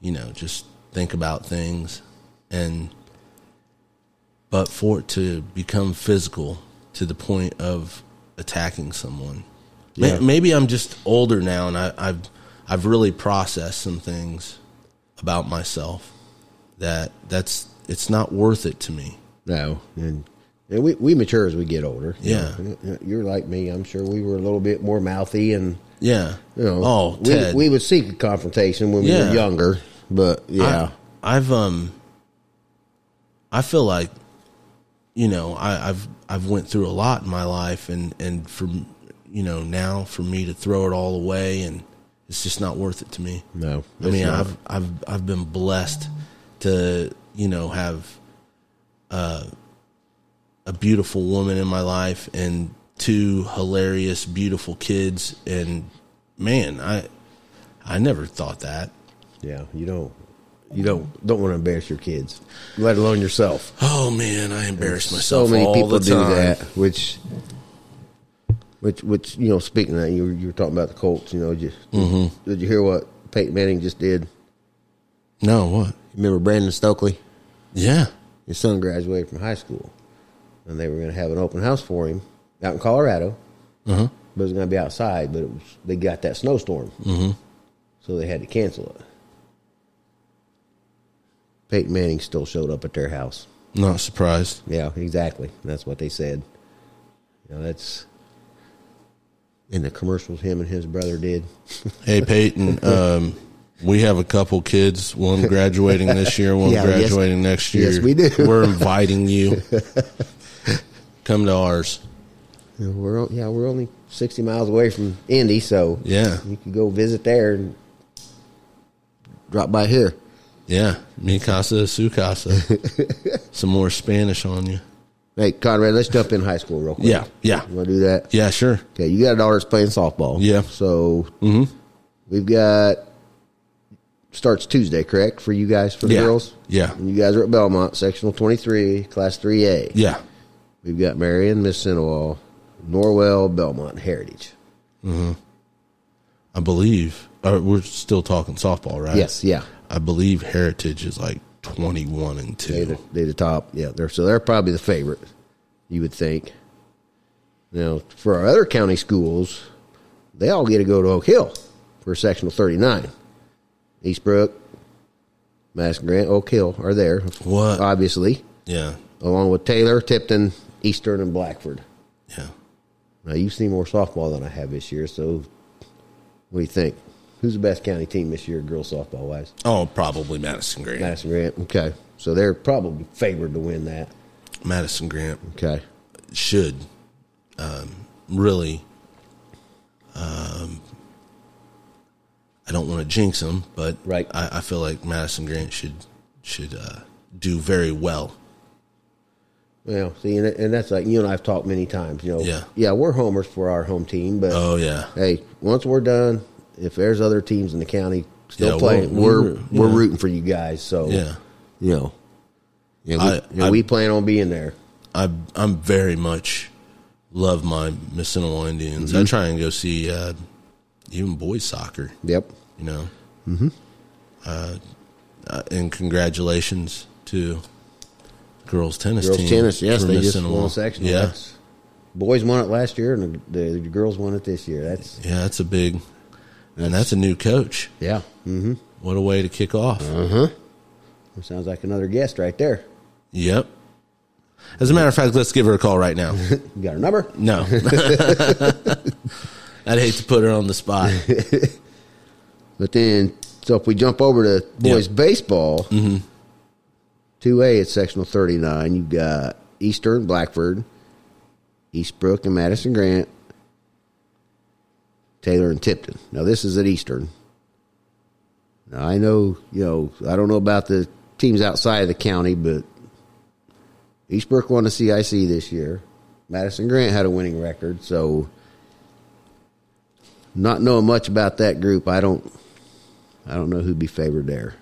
[SPEAKER 1] you know, just think about things, and but for it to become physical to the point of attacking someone. May
[SPEAKER 2] Yeah.
[SPEAKER 1] Maybe I'm just older now, and I, I've I've really processed some things about myself that that's it's not worth it to me.
[SPEAKER 2] No, and and we we mature as we get older. you
[SPEAKER 1] Yeah.
[SPEAKER 2] know. you're like me. I'm sure we were a little bit more mouthy, and
[SPEAKER 1] Yeah.
[SPEAKER 2] you know,
[SPEAKER 1] oh,
[SPEAKER 2] we,
[SPEAKER 1] Ted,
[SPEAKER 2] we would seek a confrontation when we
[SPEAKER 1] Yeah.
[SPEAKER 2] were younger. But yeah,
[SPEAKER 1] I, I've um, I feel like, you know, I, I've I've went through a lot in my life, and and from you know now for me to throw it all away, and it's just not worth it to me.
[SPEAKER 2] no,
[SPEAKER 1] I mean,
[SPEAKER 2] it's not.
[SPEAKER 1] I've I've I've been blessed to you know have uh, a beautiful woman in my life and two hilarious, beautiful kids, and man, I I never thought that.
[SPEAKER 2] yeah, you don't. You don't don't want to embarrass your kids, let alone yourself.
[SPEAKER 1] Oh man, I embarrass
[SPEAKER 2] So
[SPEAKER 1] myself.
[SPEAKER 2] many
[SPEAKER 1] all
[SPEAKER 2] people
[SPEAKER 1] the
[SPEAKER 2] do
[SPEAKER 1] time.
[SPEAKER 2] that, which, which, which you know. Speaking of that, you were, you were talking about the Colts. You know, just
[SPEAKER 1] Mm-hmm.
[SPEAKER 2] did you hear what Peyton Manning just did?
[SPEAKER 1] No, what?
[SPEAKER 2] Remember Brandon Stokely?
[SPEAKER 1] Yeah,
[SPEAKER 2] his son graduated from high school, and they were going to have an open house for him out in Colorado. But it was going to be outside, but it was, they got that snowstorm, mm-hmm. so they had to cancel it. Peyton Manning still showed up at their house.
[SPEAKER 1] not surprised.
[SPEAKER 2] Yeah, exactly. That's what they said. You know, that's in the commercials him and his brother did.
[SPEAKER 1] Hey Peyton, um, we have a couple kids. One graduating this year, one
[SPEAKER 2] Yeah, yes.
[SPEAKER 1] graduating next year.
[SPEAKER 2] Yes, we do.
[SPEAKER 1] We're inviting you. Come to ours.
[SPEAKER 2] You know, we're on- yeah, we're only sixty miles away from Indy, so
[SPEAKER 1] Yeah,
[SPEAKER 2] you can go visit there and drop by here.
[SPEAKER 1] yeah. Mi casa, su casa. Some more Spanish on you.
[SPEAKER 2] Hey, Conrad, let's jump in high school real quick.
[SPEAKER 1] Yeah, yeah,
[SPEAKER 2] You want to do that?
[SPEAKER 1] yeah. Sure.
[SPEAKER 2] Okay, you got a daughter that's playing softball.
[SPEAKER 1] Yeah. Mm-hmm.
[SPEAKER 2] So we've got, starts Tuesday, correct, for you guys, for the
[SPEAKER 1] Yeah,
[SPEAKER 2] girls?
[SPEAKER 1] yeah.
[SPEAKER 2] And you guys are at Belmont, sectional 23, class 3A.
[SPEAKER 1] Yeah,
[SPEAKER 2] We've got Marion, Miss Cinewall, Norwell, Belmont, Heritage.
[SPEAKER 1] I believe. Uh, we're still talking softball, right?
[SPEAKER 2] Yes, yeah.
[SPEAKER 1] I believe Heritage is like twenty-one and two.
[SPEAKER 2] They the, they the top. Yeah, they're so they're probably the favorite, you would think. Now, for our other county schools, they all get to go to Oak Hill for sectional 39. Eastbrook, Madison Grant, Oak Hill are there.
[SPEAKER 1] What?
[SPEAKER 2] Obviously,
[SPEAKER 1] Yeah,
[SPEAKER 2] along with Taylor, Tipton, Eastern, and Blackford.
[SPEAKER 1] yeah.
[SPEAKER 2] Now, you've seen more softball than I have this year, so what do you think? Who's the best county team this year, girls softball wise?
[SPEAKER 1] Oh, probably Madison Grant.
[SPEAKER 2] Madison Grant. Okay. So they're probably favored to win that.
[SPEAKER 1] Madison Grant
[SPEAKER 2] Okay.
[SPEAKER 1] should um, really. Um, I don't want to jinx him, but
[SPEAKER 2] Right.
[SPEAKER 1] I, I feel like Madison Grant should should uh, do very well.
[SPEAKER 2] Yeah, see, and, and that's like you and I have talked many times. You know,
[SPEAKER 1] Yeah.
[SPEAKER 2] we're homers for our home team, but
[SPEAKER 1] Oh yeah,
[SPEAKER 2] hey, once we're done, if there's other teams in the county still
[SPEAKER 1] Yeah,
[SPEAKER 2] playing,
[SPEAKER 1] we're-
[SPEAKER 2] we're
[SPEAKER 1] we're-
[SPEAKER 2] we're,
[SPEAKER 1] yeah.
[SPEAKER 2] rooting for you guys. So
[SPEAKER 1] yeah.
[SPEAKER 2] you know, yeah, we,
[SPEAKER 1] I-
[SPEAKER 2] yeah,
[SPEAKER 1] I-
[SPEAKER 2] we plan on being there.
[SPEAKER 1] I I'm very much love my Missinawa Indians. I try and go see uh, even boys soccer.
[SPEAKER 2] Yep.
[SPEAKER 1] you know. Mm-hmm. Uh, uh, and congratulations to girls tennis
[SPEAKER 2] Girls
[SPEAKER 1] team.
[SPEAKER 2] tennis, yes,
[SPEAKER 1] for
[SPEAKER 2] they just
[SPEAKER 1] missing a
[SPEAKER 2] won
[SPEAKER 1] wall.
[SPEAKER 2] sectional.
[SPEAKER 1] Yeah,
[SPEAKER 2] That's- boys won it last year, and the, the girls won it this year. That's
[SPEAKER 1] yeah, that's a big, and that's a new coach.
[SPEAKER 2] yeah. Mm-hmm.
[SPEAKER 1] What a way to kick off.
[SPEAKER 2] Uh-huh. Sounds like another guest right there.
[SPEAKER 1] Yep. As a matter of fact, let's give her a call right now.
[SPEAKER 2] You got her number?
[SPEAKER 1] No, I'd hate to put her on the spot.
[SPEAKER 2] But then, so if we jump over to boys
[SPEAKER 1] Yeah.
[SPEAKER 2] baseball, 2A at sectional 39, you've got Eastern, Blackford, Eastbrook, and Madison Grant, Taylor, and Tipton. Now, this is at Eastern. Now, I know, you know, I don't know about the teams outside of the county, but Eastbrook won the CIC this year. Madison Grant had a winning record, so not knowing much about that group, I don't, I don't know who'd be favored there.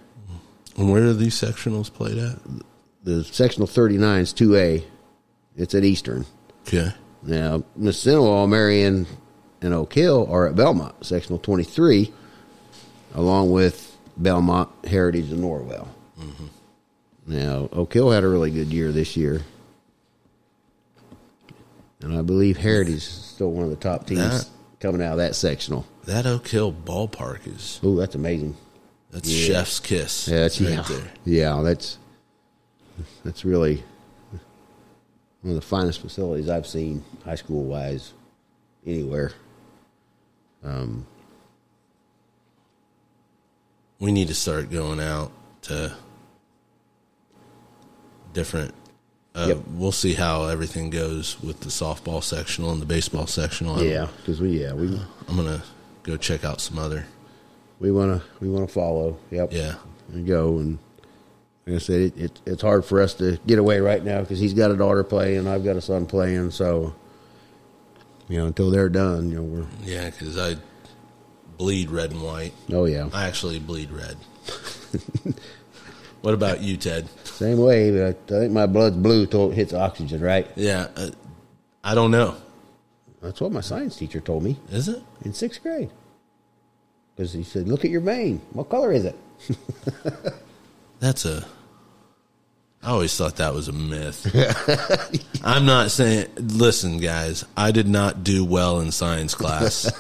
[SPEAKER 1] And where are these sectionals played at?
[SPEAKER 2] The sectional 39 is 2A. It's at Eastern.
[SPEAKER 1] Okay.
[SPEAKER 2] Now, Miss Cinewall, Marion, and Oak Hill are at Belmont, sectional 23, along with Belmont, Heritage, and Norwell. Now, Oak Hill had a really good year this year. and I believe Heritage is still one of the top teams
[SPEAKER 1] That-
[SPEAKER 2] coming out of that sectional.
[SPEAKER 1] That Oak Hill ballpark is
[SPEAKER 2] Ooh, that's amazing.
[SPEAKER 1] that's chef's kiss.
[SPEAKER 2] Yeah, that's yeah, yeah, that's that's really one of the finest facilities I've seen high school wise anywhere.
[SPEAKER 1] We need to start going out to different. Uh,
[SPEAKER 2] Yep.
[SPEAKER 1] We'll see how everything goes with the softball sectional and the baseball sectional. I'm-
[SPEAKER 2] Yeah, because we yeah we
[SPEAKER 1] I'm gonna go check out some other.
[SPEAKER 2] we want to we want to follow. Yep.
[SPEAKER 1] Yeah,
[SPEAKER 2] and go. And like I said, it, it, it's hard for us to get away right now because he's got a daughter playing, I've got a son playing. So, you know, until they're done, you know, we're
[SPEAKER 1] yeah, because I bleed red and white.
[SPEAKER 2] oh yeah,
[SPEAKER 1] I actually bleed red. what about you, Ted?
[SPEAKER 2] same way. But I think my blood's blue till it hits oxygen. Right?
[SPEAKER 1] Yeah, uh, I don't know.
[SPEAKER 2] That's what my science teacher told me
[SPEAKER 1] Is it?
[SPEAKER 2] in sixth grade. Because he said, "Look at your vein. What color is it?"
[SPEAKER 1] That's a. I always thought that was a myth. I'm not saying. Listen, guys, I did not do well in science class,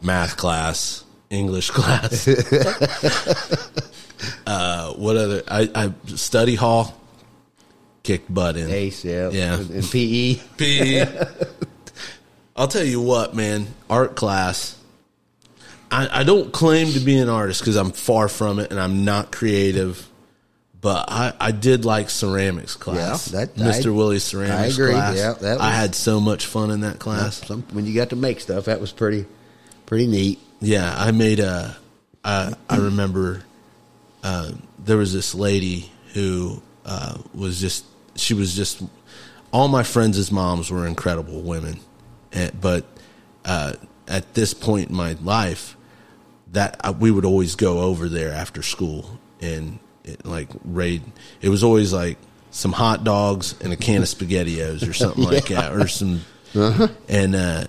[SPEAKER 1] math class, English class. uh, what other? I, I study hall kicked butt in.
[SPEAKER 2] Ace. Yeah.
[SPEAKER 1] Yeah.
[SPEAKER 2] And, E. and
[SPEAKER 1] P.
[SPEAKER 2] PE.
[SPEAKER 1] I'll tell you what, man. Art class. I, I don't claim to be an artist because I'm far from it, and I'm not creative. But I, I did like ceramics class.
[SPEAKER 2] Yeah, that-
[SPEAKER 1] Mr.
[SPEAKER 2] I-
[SPEAKER 1] Willie's ceramics
[SPEAKER 2] I agree,
[SPEAKER 1] class.
[SPEAKER 2] yeah, that
[SPEAKER 1] I
[SPEAKER 2] was-
[SPEAKER 1] had so much fun in that class.
[SPEAKER 2] Some, when you got to make stuff, that was pretty, pretty neat.
[SPEAKER 1] Yeah, I made a. I I remember uh, there was this lady who uh, was just she was just all my friends' moms were incredible women, and, but uh, at this point in my life, that I, we would always go over there after school and it, like raid. It was always like some hot dogs and a can of spaghettios or something like that, or some. And uh,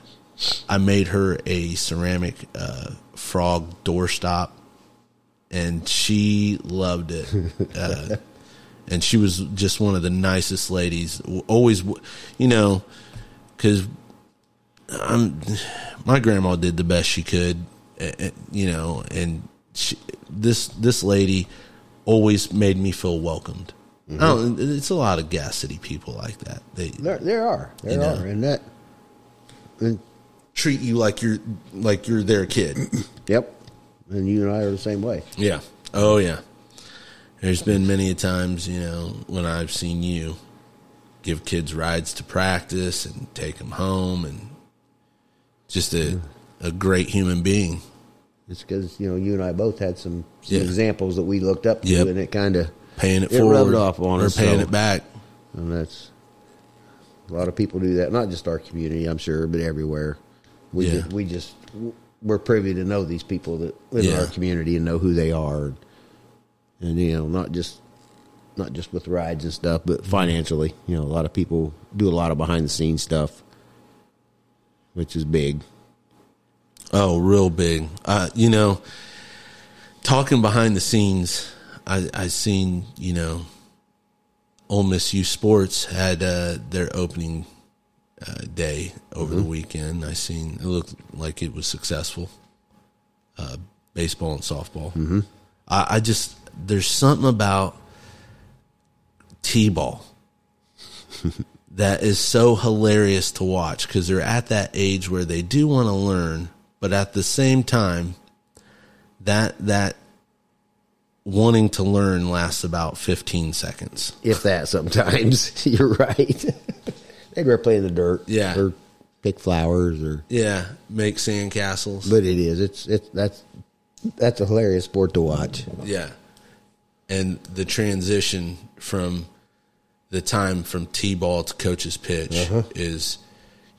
[SPEAKER 1] I made her a ceramic uh, frog doorstop, and she loved it. Uh, and she was just one of the nicest ladies. W- Always, w- you know, because my grandma did the best she could, eh, eh, you know, and she, this this lady always made me feel welcomed. Oh, it's a lot of gas city people like that. They
[SPEAKER 2] There, there are, there
[SPEAKER 1] You know.
[SPEAKER 2] are, and that, and
[SPEAKER 1] treat you like you're like you're their kid.
[SPEAKER 2] Yep. And you and I are the same way.
[SPEAKER 1] yeah. Oh yeah. There's been many a times, you know, when I've seen you give kids rides to practice and take them home, and just a a great human being.
[SPEAKER 2] It's because you know you and I both had some, some
[SPEAKER 1] Yeah.
[SPEAKER 2] examples that we looked up to,
[SPEAKER 1] Yep.
[SPEAKER 2] and it kind of
[SPEAKER 1] Paying it,
[SPEAKER 2] It
[SPEAKER 1] forward
[SPEAKER 2] rubbed off on
[SPEAKER 1] or
[SPEAKER 2] us,
[SPEAKER 1] paying
[SPEAKER 2] so-
[SPEAKER 1] it back.
[SPEAKER 2] and that's a lot of people do that. Not just our community, I'm sure, but everywhere. We
[SPEAKER 1] Yeah.
[SPEAKER 2] just, we just we're privy to know these people that live in
[SPEAKER 1] Yeah.
[SPEAKER 2] our community and know who they are, and, and you know not just not just with rides and stuff, but financially. You know, a lot of people do a lot of behind the scenes stuff, which is big.
[SPEAKER 1] Oh, real big. Uh, you know, talking behind the scenes, I I seen you know, Ole Miss U Sports had uh, their opening uh, day over the weekend. I seen it looked like it was successful. Uh, baseball and softball. Mm-hmm. I, I just there's something about t-ball that is so hilarious to watch because they're at that age where they do want to learn, but at the same time, that that wanting to learn lasts about 15 seconds.
[SPEAKER 2] if that sometimes you're right they'd rather play in the dirt
[SPEAKER 1] Yeah.
[SPEAKER 2] or pick flowers or
[SPEAKER 1] Yeah, make sandcastles.
[SPEAKER 2] but it is it's it's that's that's a hilarious sport to watch
[SPEAKER 1] Yeah. And the transition from the time from T ball to coach's pitch is,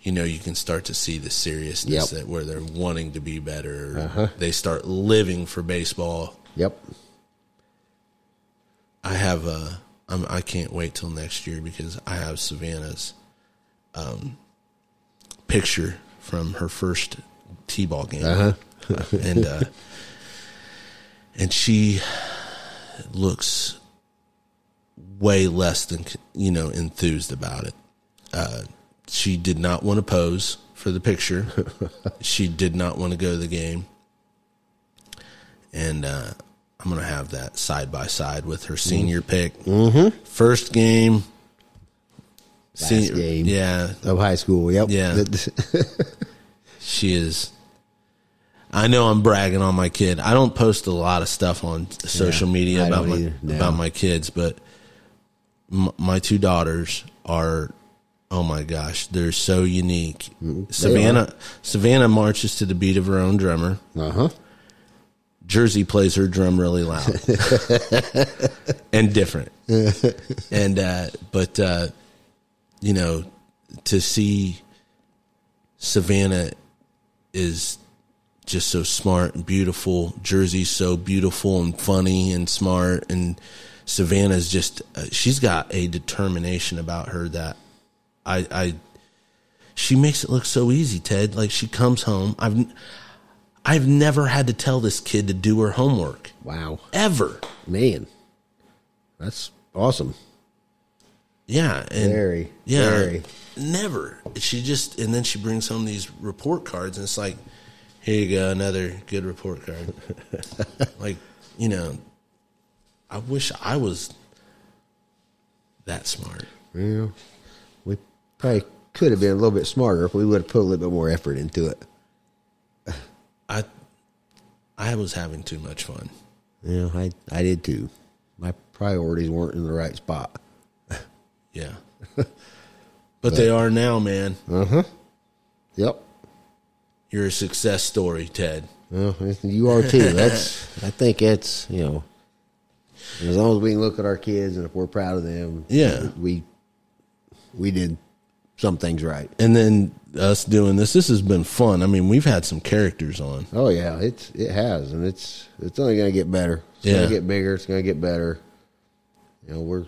[SPEAKER 1] you know, you can start to see the seriousness
[SPEAKER 2] Yep.
[SPEAKER 1] that where they're wanting to be better. They start living for baseball.
[SPEAKER 2] yep
[SPEAKER 1] I have a. I'm, I can't wait till next year because I have Savannah's um, picture from her first t-ball game, and uh, and she looks way less than you know enthused about it. Uh, She did not want to pose for the picture. she did not want to go to the game. And uh, I'm going to have that side by side with her senior pick. Mm-hmm. First game. Senior,
[SPEAKER 2] game.
[SPEAKER 1] Yeah,
[SPEAKER 2] Of high school, yep.
[SPEAKER 1] Yeah. she is. I know I'm bragging on my kid. I don't post a lot of stuff on social
[SPEAKER 2] Yeah,
[SPEAKER 1] media
[SPEAKER 2] I
[SPEAKER 1] about
[SPEAKER 2] don't
[SPEAKER 1] my,
[SPEAKER 2] either, no.
[SPEAKER 1] about my kids, but m- my two daughters are. Oh my gosh, they're so unique.
[SPEAKER 2] Mm-hmm.
[SPEAKER 1] Savannah Savannah marches to the beat of her own drummer.
[SPEAKER 2] uh huh.
[SPEAKER 1] Jersey plays her drum really loud and different. and uh, but uh, you know, to see Savannah is just so smart and beautiful. Jersey's so beautiful and funny and smart, and Savannah's just uh, she's got a determination about her that I I she makes it look so easy. Ted, like she comes home, I've. I've never had to tell this kid to do her homework
[SPEAKER 2] Wow.
[SPEAKER 1] ever.
[SPEAKER 2] Man. That's awesome.
[SPEAKER 1] Yeah, and
[SPEAKER 2] Very,
[SPEAKER 1] yeah,
[SPEAKER 2] very.
[SPEAKER 1] never. She just and then she brings home these report cards, and it's like, here you go, another good report card. like, you know, I wish I was that smart.
[SPEAKER 2] Yeah. We probably could have been a little bit smarter if we would have put a little bit more effort into it.
[SPEAKER 1] I, I was having too much fun.
[SPEAKER 2] Yeah, I, I did too. My priorities weren't in the right spot.
[SPEAKER 1] Yeah, but, they are now, man.
[SPEAKER 2] Yep.
[SPEAKER 1] You're a success story, Ted.
[SPEAKER 2] Well, you are too. That's I think it's you know as long as we can look at our kids and if we're proud of them,
[SPEAKER 1] Yeah.
[SPEAKER 2] we we did some things right.
[SPEAKER 1] And then us doing this, this has been fun. I mean, we've had some characters on.
[SPEAKER 2] Oh yeah, it's it has, and it's it's only gonna get better. It's
[SPEAKER 1] Yeah.
[SPEAKER 2] gonna get bigger. It's gonna get better. You know, we're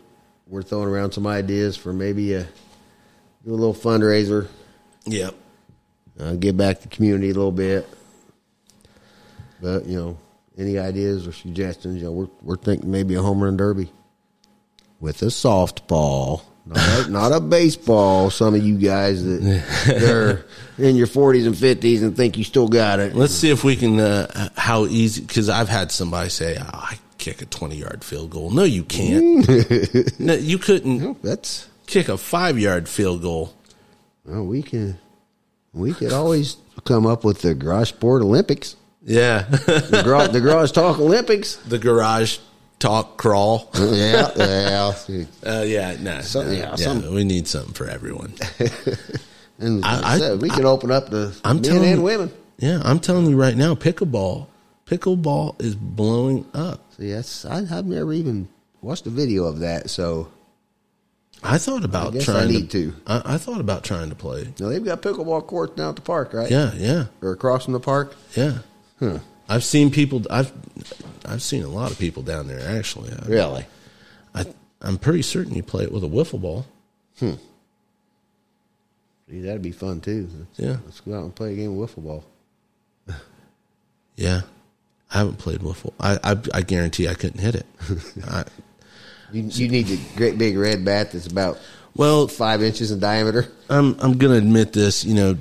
[SPEAKER 2] we're throwing around some ideas for maybe a do a little fundraiser,
[SPEAKER 1] Yep.
[SPEAKER 2] uh, give back to the community a little bit. But you know, any ideas or suggestions? You know, we're we're thinking maybe a home run derby with a softball, not a, not a baseball. Some of you guys that are in your forties and fifties and think you still got it.
[SPEAKER 1] Let's see if we can uh, how easy because I've had somebody say "Oh, I kick a twenty yard field goal. No, you can't. no, you couldn't
[SPEAKER 2] That's
[SPEAKER 1] kick a five yard field goal.
[SPEAKER 2] Well, we can, we could always come up with the Garage Sport Olympics,
[SPEAKER 1] Yeah,
[SPEAKER 2] the Garage, the garage Talk Olympics.
[SPEAKER 1] the garage talk crawl.
[SPEAKER 2] Yeah, yeah.
[SPEAKER 1] Uh, yeah, no,
[SPEAKER 2] Something-
[SPEAKER 1] no,
[SPEAKER 2] yeah,
[SPEAKER 1] yeah,
[SPEAKER 2] something.
[SPEAKER 1] we need something for everyone.
[SPEAKER 2] And like
[SPEAKER 1] I-
[SPEAKER 2] I said, we can open up the
[SPEAKER 1] I'm
[SPEAKER 2] men
[SPEAKER 1] telling
[SPEAKER 2] and
[SPEAKER 1] you-
[SPEAKER 2] women.
[SPEAKER 1] Yeah, I'm telling you right now, pickleball, pickleball is blowing up.
[SPEAKER 2] See, that's I, I've never even watched a video of that. So
[SPEAKER 1] I thought about
[SPEAKER 2] guess I
[SPEAKER 1] trying
[SPEAKER 2] need to.
[SPEAKER 1] I, I thought about trying to play.
[SPEAKER 2] now they've got pickleball courts down at the park, right?
[SPEAKER 1] Yeah, yeah.
[SPEAKER 2] Or across from the park.
[SPEAKER 1] Yeah. I've seen people. I've I've seen a lot of people down there. Actually, I,
[SPEAKER 2] Really?
[SPEAKER 1] I I'm pretty certain you play it with a wiffle ball.
[SPEAKER 2] See, that'd be fun too.
[SPEAKER 1] Yeah.
[SPEAKER 2] Let's go out and play a game of wiffle ball.
[SPEAKER 1] Yeah. I haven't played wiffle. I I, I guarantee I couldn't hit it. I,
[SPEAKER 2] You, you need the great big red bat that's about
[SPEAKER 1] well,
[SPEAKER 2] five inches in diameter.
[SPEAKER 1] I'm I'm gonna admit this. You know,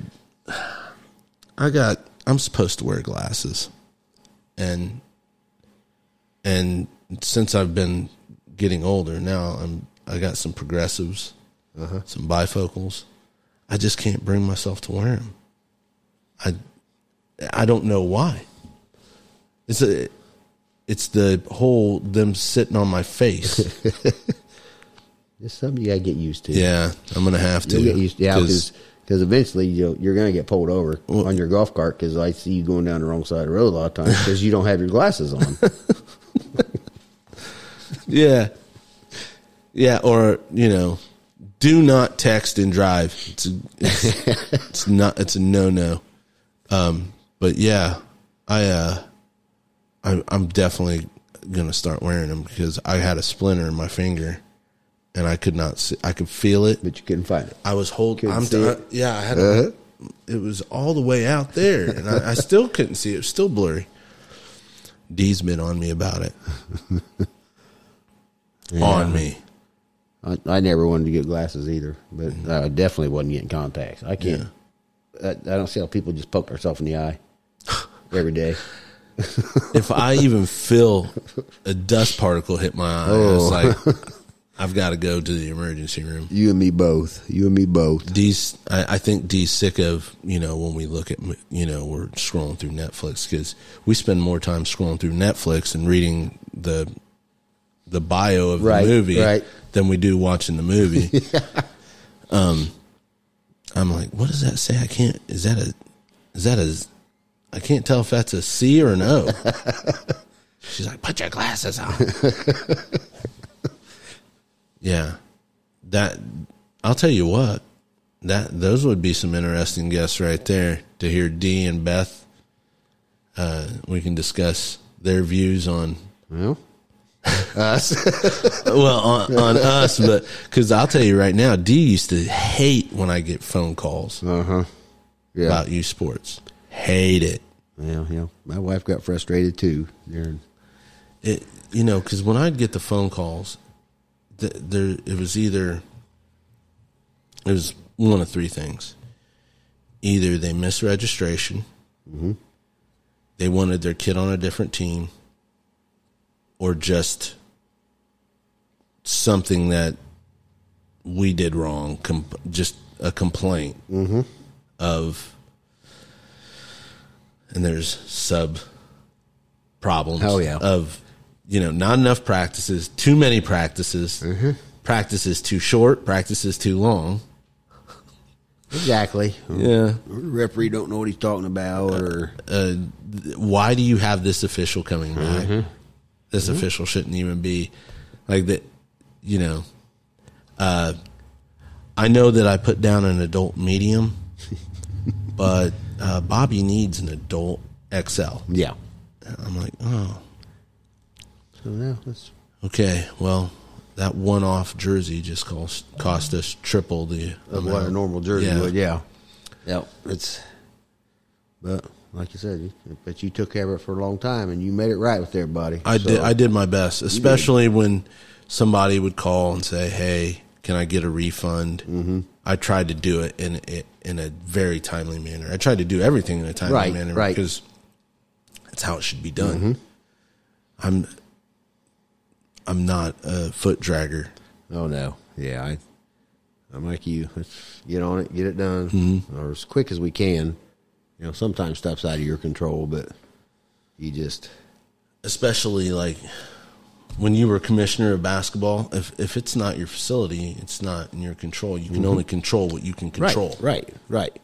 [SPEAKER 1] I got I'm supposed to wear glasses, and and since I've been getting older now, I'm I got some progressives,
[SPEAKER 2] Uh-huh.
[SPEAKER 1] some bifocals. I just can't bring myself to wear them. I I don't know why. It's a it's the whole them sitting on my face.
[SPEAKER 2] It's something you gotta get used to.
[SPEAKER 1] yeah, I'm gonna have to.
[SPEAKER 2] You'll get used to yeah,
[SPEAKER 1] 'cause-
[SPEAKER 2] because eventually you'll, you're going to get pulled over
[SPEAKER 1] Well-
[SPEAKER 2] on your golf cart because I see you going down the wrong side of the road a lot of times because you don't have your glasses on.
[SPEAKER 1] Yeah. Yeah, or you know, do not text and drive. It's a, it's, it's not. It's a no no. Um, but yeah, I uh, I, I'm definitely gonna start wearing them because I had a splinter in my finger, and I could not. See, I could feel it.
[SPEAKER 2] but you couldn't find it.
[SPEAKER 1] I was holding.
[SPEAKER 2] Couldn't
[SPEAKER 1] I'm.
[SPEAKER 2] see it. Uh-huh.
[SPEAKER 1] Yeah, I had. a- It was all the way out there, and I, I still couldn't see. It It was still blurry. D's been on me about it. on me.
[SPEAKER 2] I, I never wanted to get glasses either, but I definitely wasn't getting contacts. I can't. I, I don't see how people just poke themselves in the eye every day.
[SPEAKER 1] if I even feel a dust particle hit my eye,
[SPEAKER 2] Oh.
[SPEAKER 1] it's like I've got to go to the emergency room.
[SPEAKER 2] You and me both. You and me both.
[SPEAKER 1] D's, I, I think D's sick of you know when we look at you know we're scrolling through Netflix because we spend more time scrolling through Netflix and reading the the bio of
[SPEAKER 2] Right,
[SPEAKER 1] the movie
[SPEAKER 2] right.
[SPEAKER 1] than we do watching the movie. Um, I'm like, what does that say? I can't. Is that a? Is that a? I can't tell if that's a C or an O. She's like, put your glasses on. yeah, that. I'll tell you what. That those would be some interesting guests right there to hear D and Beth. Uh, we can discuss their views on
[SPEAKER 2] Well,
[SPEAKER 1] well on, on us but because i'll tell you right now d used to hate when i get phone calls
[SPEAKER 2] uh huh. Yeah.
[SPEAKER 1] about you sports hate it
[SPEAKER 2] Yeah, yeah. My wife got frustrated too. Darren.
[SPEAKER 1] it you know because when i'd get the phone calls th- there it was either it was one of three things either they missed registration they wanted their kid on a different team or just something that we did wrong com- just a complaint of and there's sub problems
[SPEAKER 2] Oh, yeah.
[SPEAKER 1] of you know not enough practices too many practices practices too short practices too long
[SPEAKER 2] Exactly.
[SPEAKER 1] yeah
[SPEAKER 2] The referee don't know what he's talking about, or
[SPEAKER 1] uh, th- why do you have this official coming back?
[SPEAKER 2] Mm-hmm.
[SPEAKER 1] This official shouldn't even be like that. You know, uh, I know that I put down an adult medium, but uh, Bobby needs an adult XL.
[SPEAKER 2] yeah.
[SPEAKER 1] I'm like, oh,
[SPEAKER 2] So yeah, that's
[SPEAKER 1] okay. Well, that one-off jersey just cost cost us triple the
[SPEAKER 2] of what a
[SPEAKER 1] amount.
[SPEAKER 2] normal jersey
[SPEAKER 1] Yeah.
[SPEAKER 2] would. Yeah. Yeah. It's. But like you said, you- but you took care of it for a long time, and you made it right with everybody.
[SPEAKER 1] I
[SPEAKER 2] So,
[SPEAKER 1] did. I did my best, especially when somebody would call and say, "Hey, can I get a refund?" Mm-hmm. I tried to do it in it in a very timely manner. I tried to do everything in a timely
[SPEAKER 2] Right,
[SPEAKER 1] manner
[SPEAKER 2] right. Mm-hmm.
[SPEAKER 1] because that's how it should be done. I'm I'm not a foot dragger.
[SPEAKER 2] Oh no. Yeah. I. I'm like you. Let's get on it, get it done, mm or as quick as we can. You know, sometimes stuff's out of your control, but you just
[SPEAKER 1] especially like when you were commissioner of basketball, if if it's not your facility, it's not in your control. You can only control what you can control.
[SPEAKER 2] Mm-hmm. Right, right.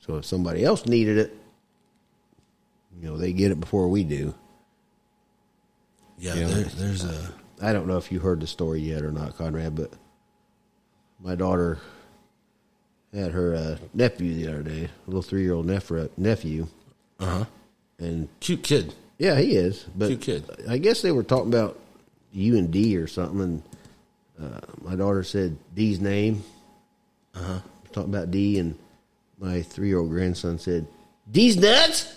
[SPEAKER 2] So if somebody else needed it, you know, they get it before we do.
[SPEAKER 1] Yeah,
[SPEAKER 2] Yeah.
[SPEAKER 1] there, there's a
[SPEAKER 2] I don't know if you heard the story yet or not, Conrad, but my daughter had her uh, nephew the other day, a little three year old nephew, nephew, and
[SPEAKER 1] cute kid.
[SPEAKER 2] yeah, he is. But
[SPEAKER 1] Cute kid.
[SPEAKER 2] I guess they were talking about U and D or something, and uh, my daughter said D's name. Uh huh. Talking about D, and my three-year-old grandson said D's nuts.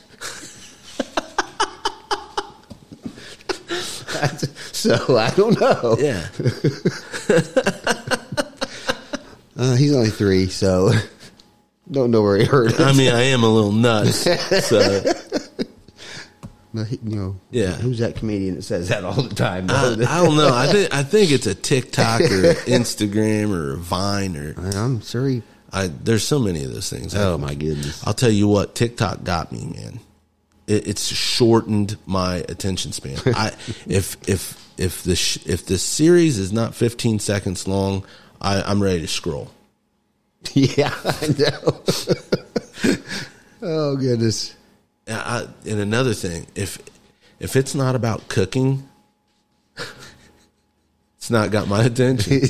[SPEAKER 2] so I don't know.
[SPEAKER 1] Yeah.
[SPEAKER 2] Uh, he's only three, so don't know where he heard it.
[SPEAKER 1] I mean, I am a little nuts. So
[SPEAKER 2] But he- you know,
[SPEAKER 1] Yeah.
[SPEAKER 2] Who's that comedian that says that all the time?
[SPEAKER 1] I,
[SPEAKER 2] though?
[SPEAKER 1] I don't know. I think I think it's a TikTok or Instagram or Vine or
[SPEAKER 2] I'm sure he.
[SPEAKER 1] I. There's so many of those things.
[SPEAKER 2] Oh my goodness.
[SPEAKER 1] I'll tell you what, TikTok got me, man. It, it's shortened my attention span. I if if if the sh- if the series is not 15 seconds long, I, I'm ready to scroll.
[SPEAKER 2] Yeah, I know. oh goodness.
[SPEAKER 1] And, I, and another thing, if if it's not about cooking, it's not got my attention.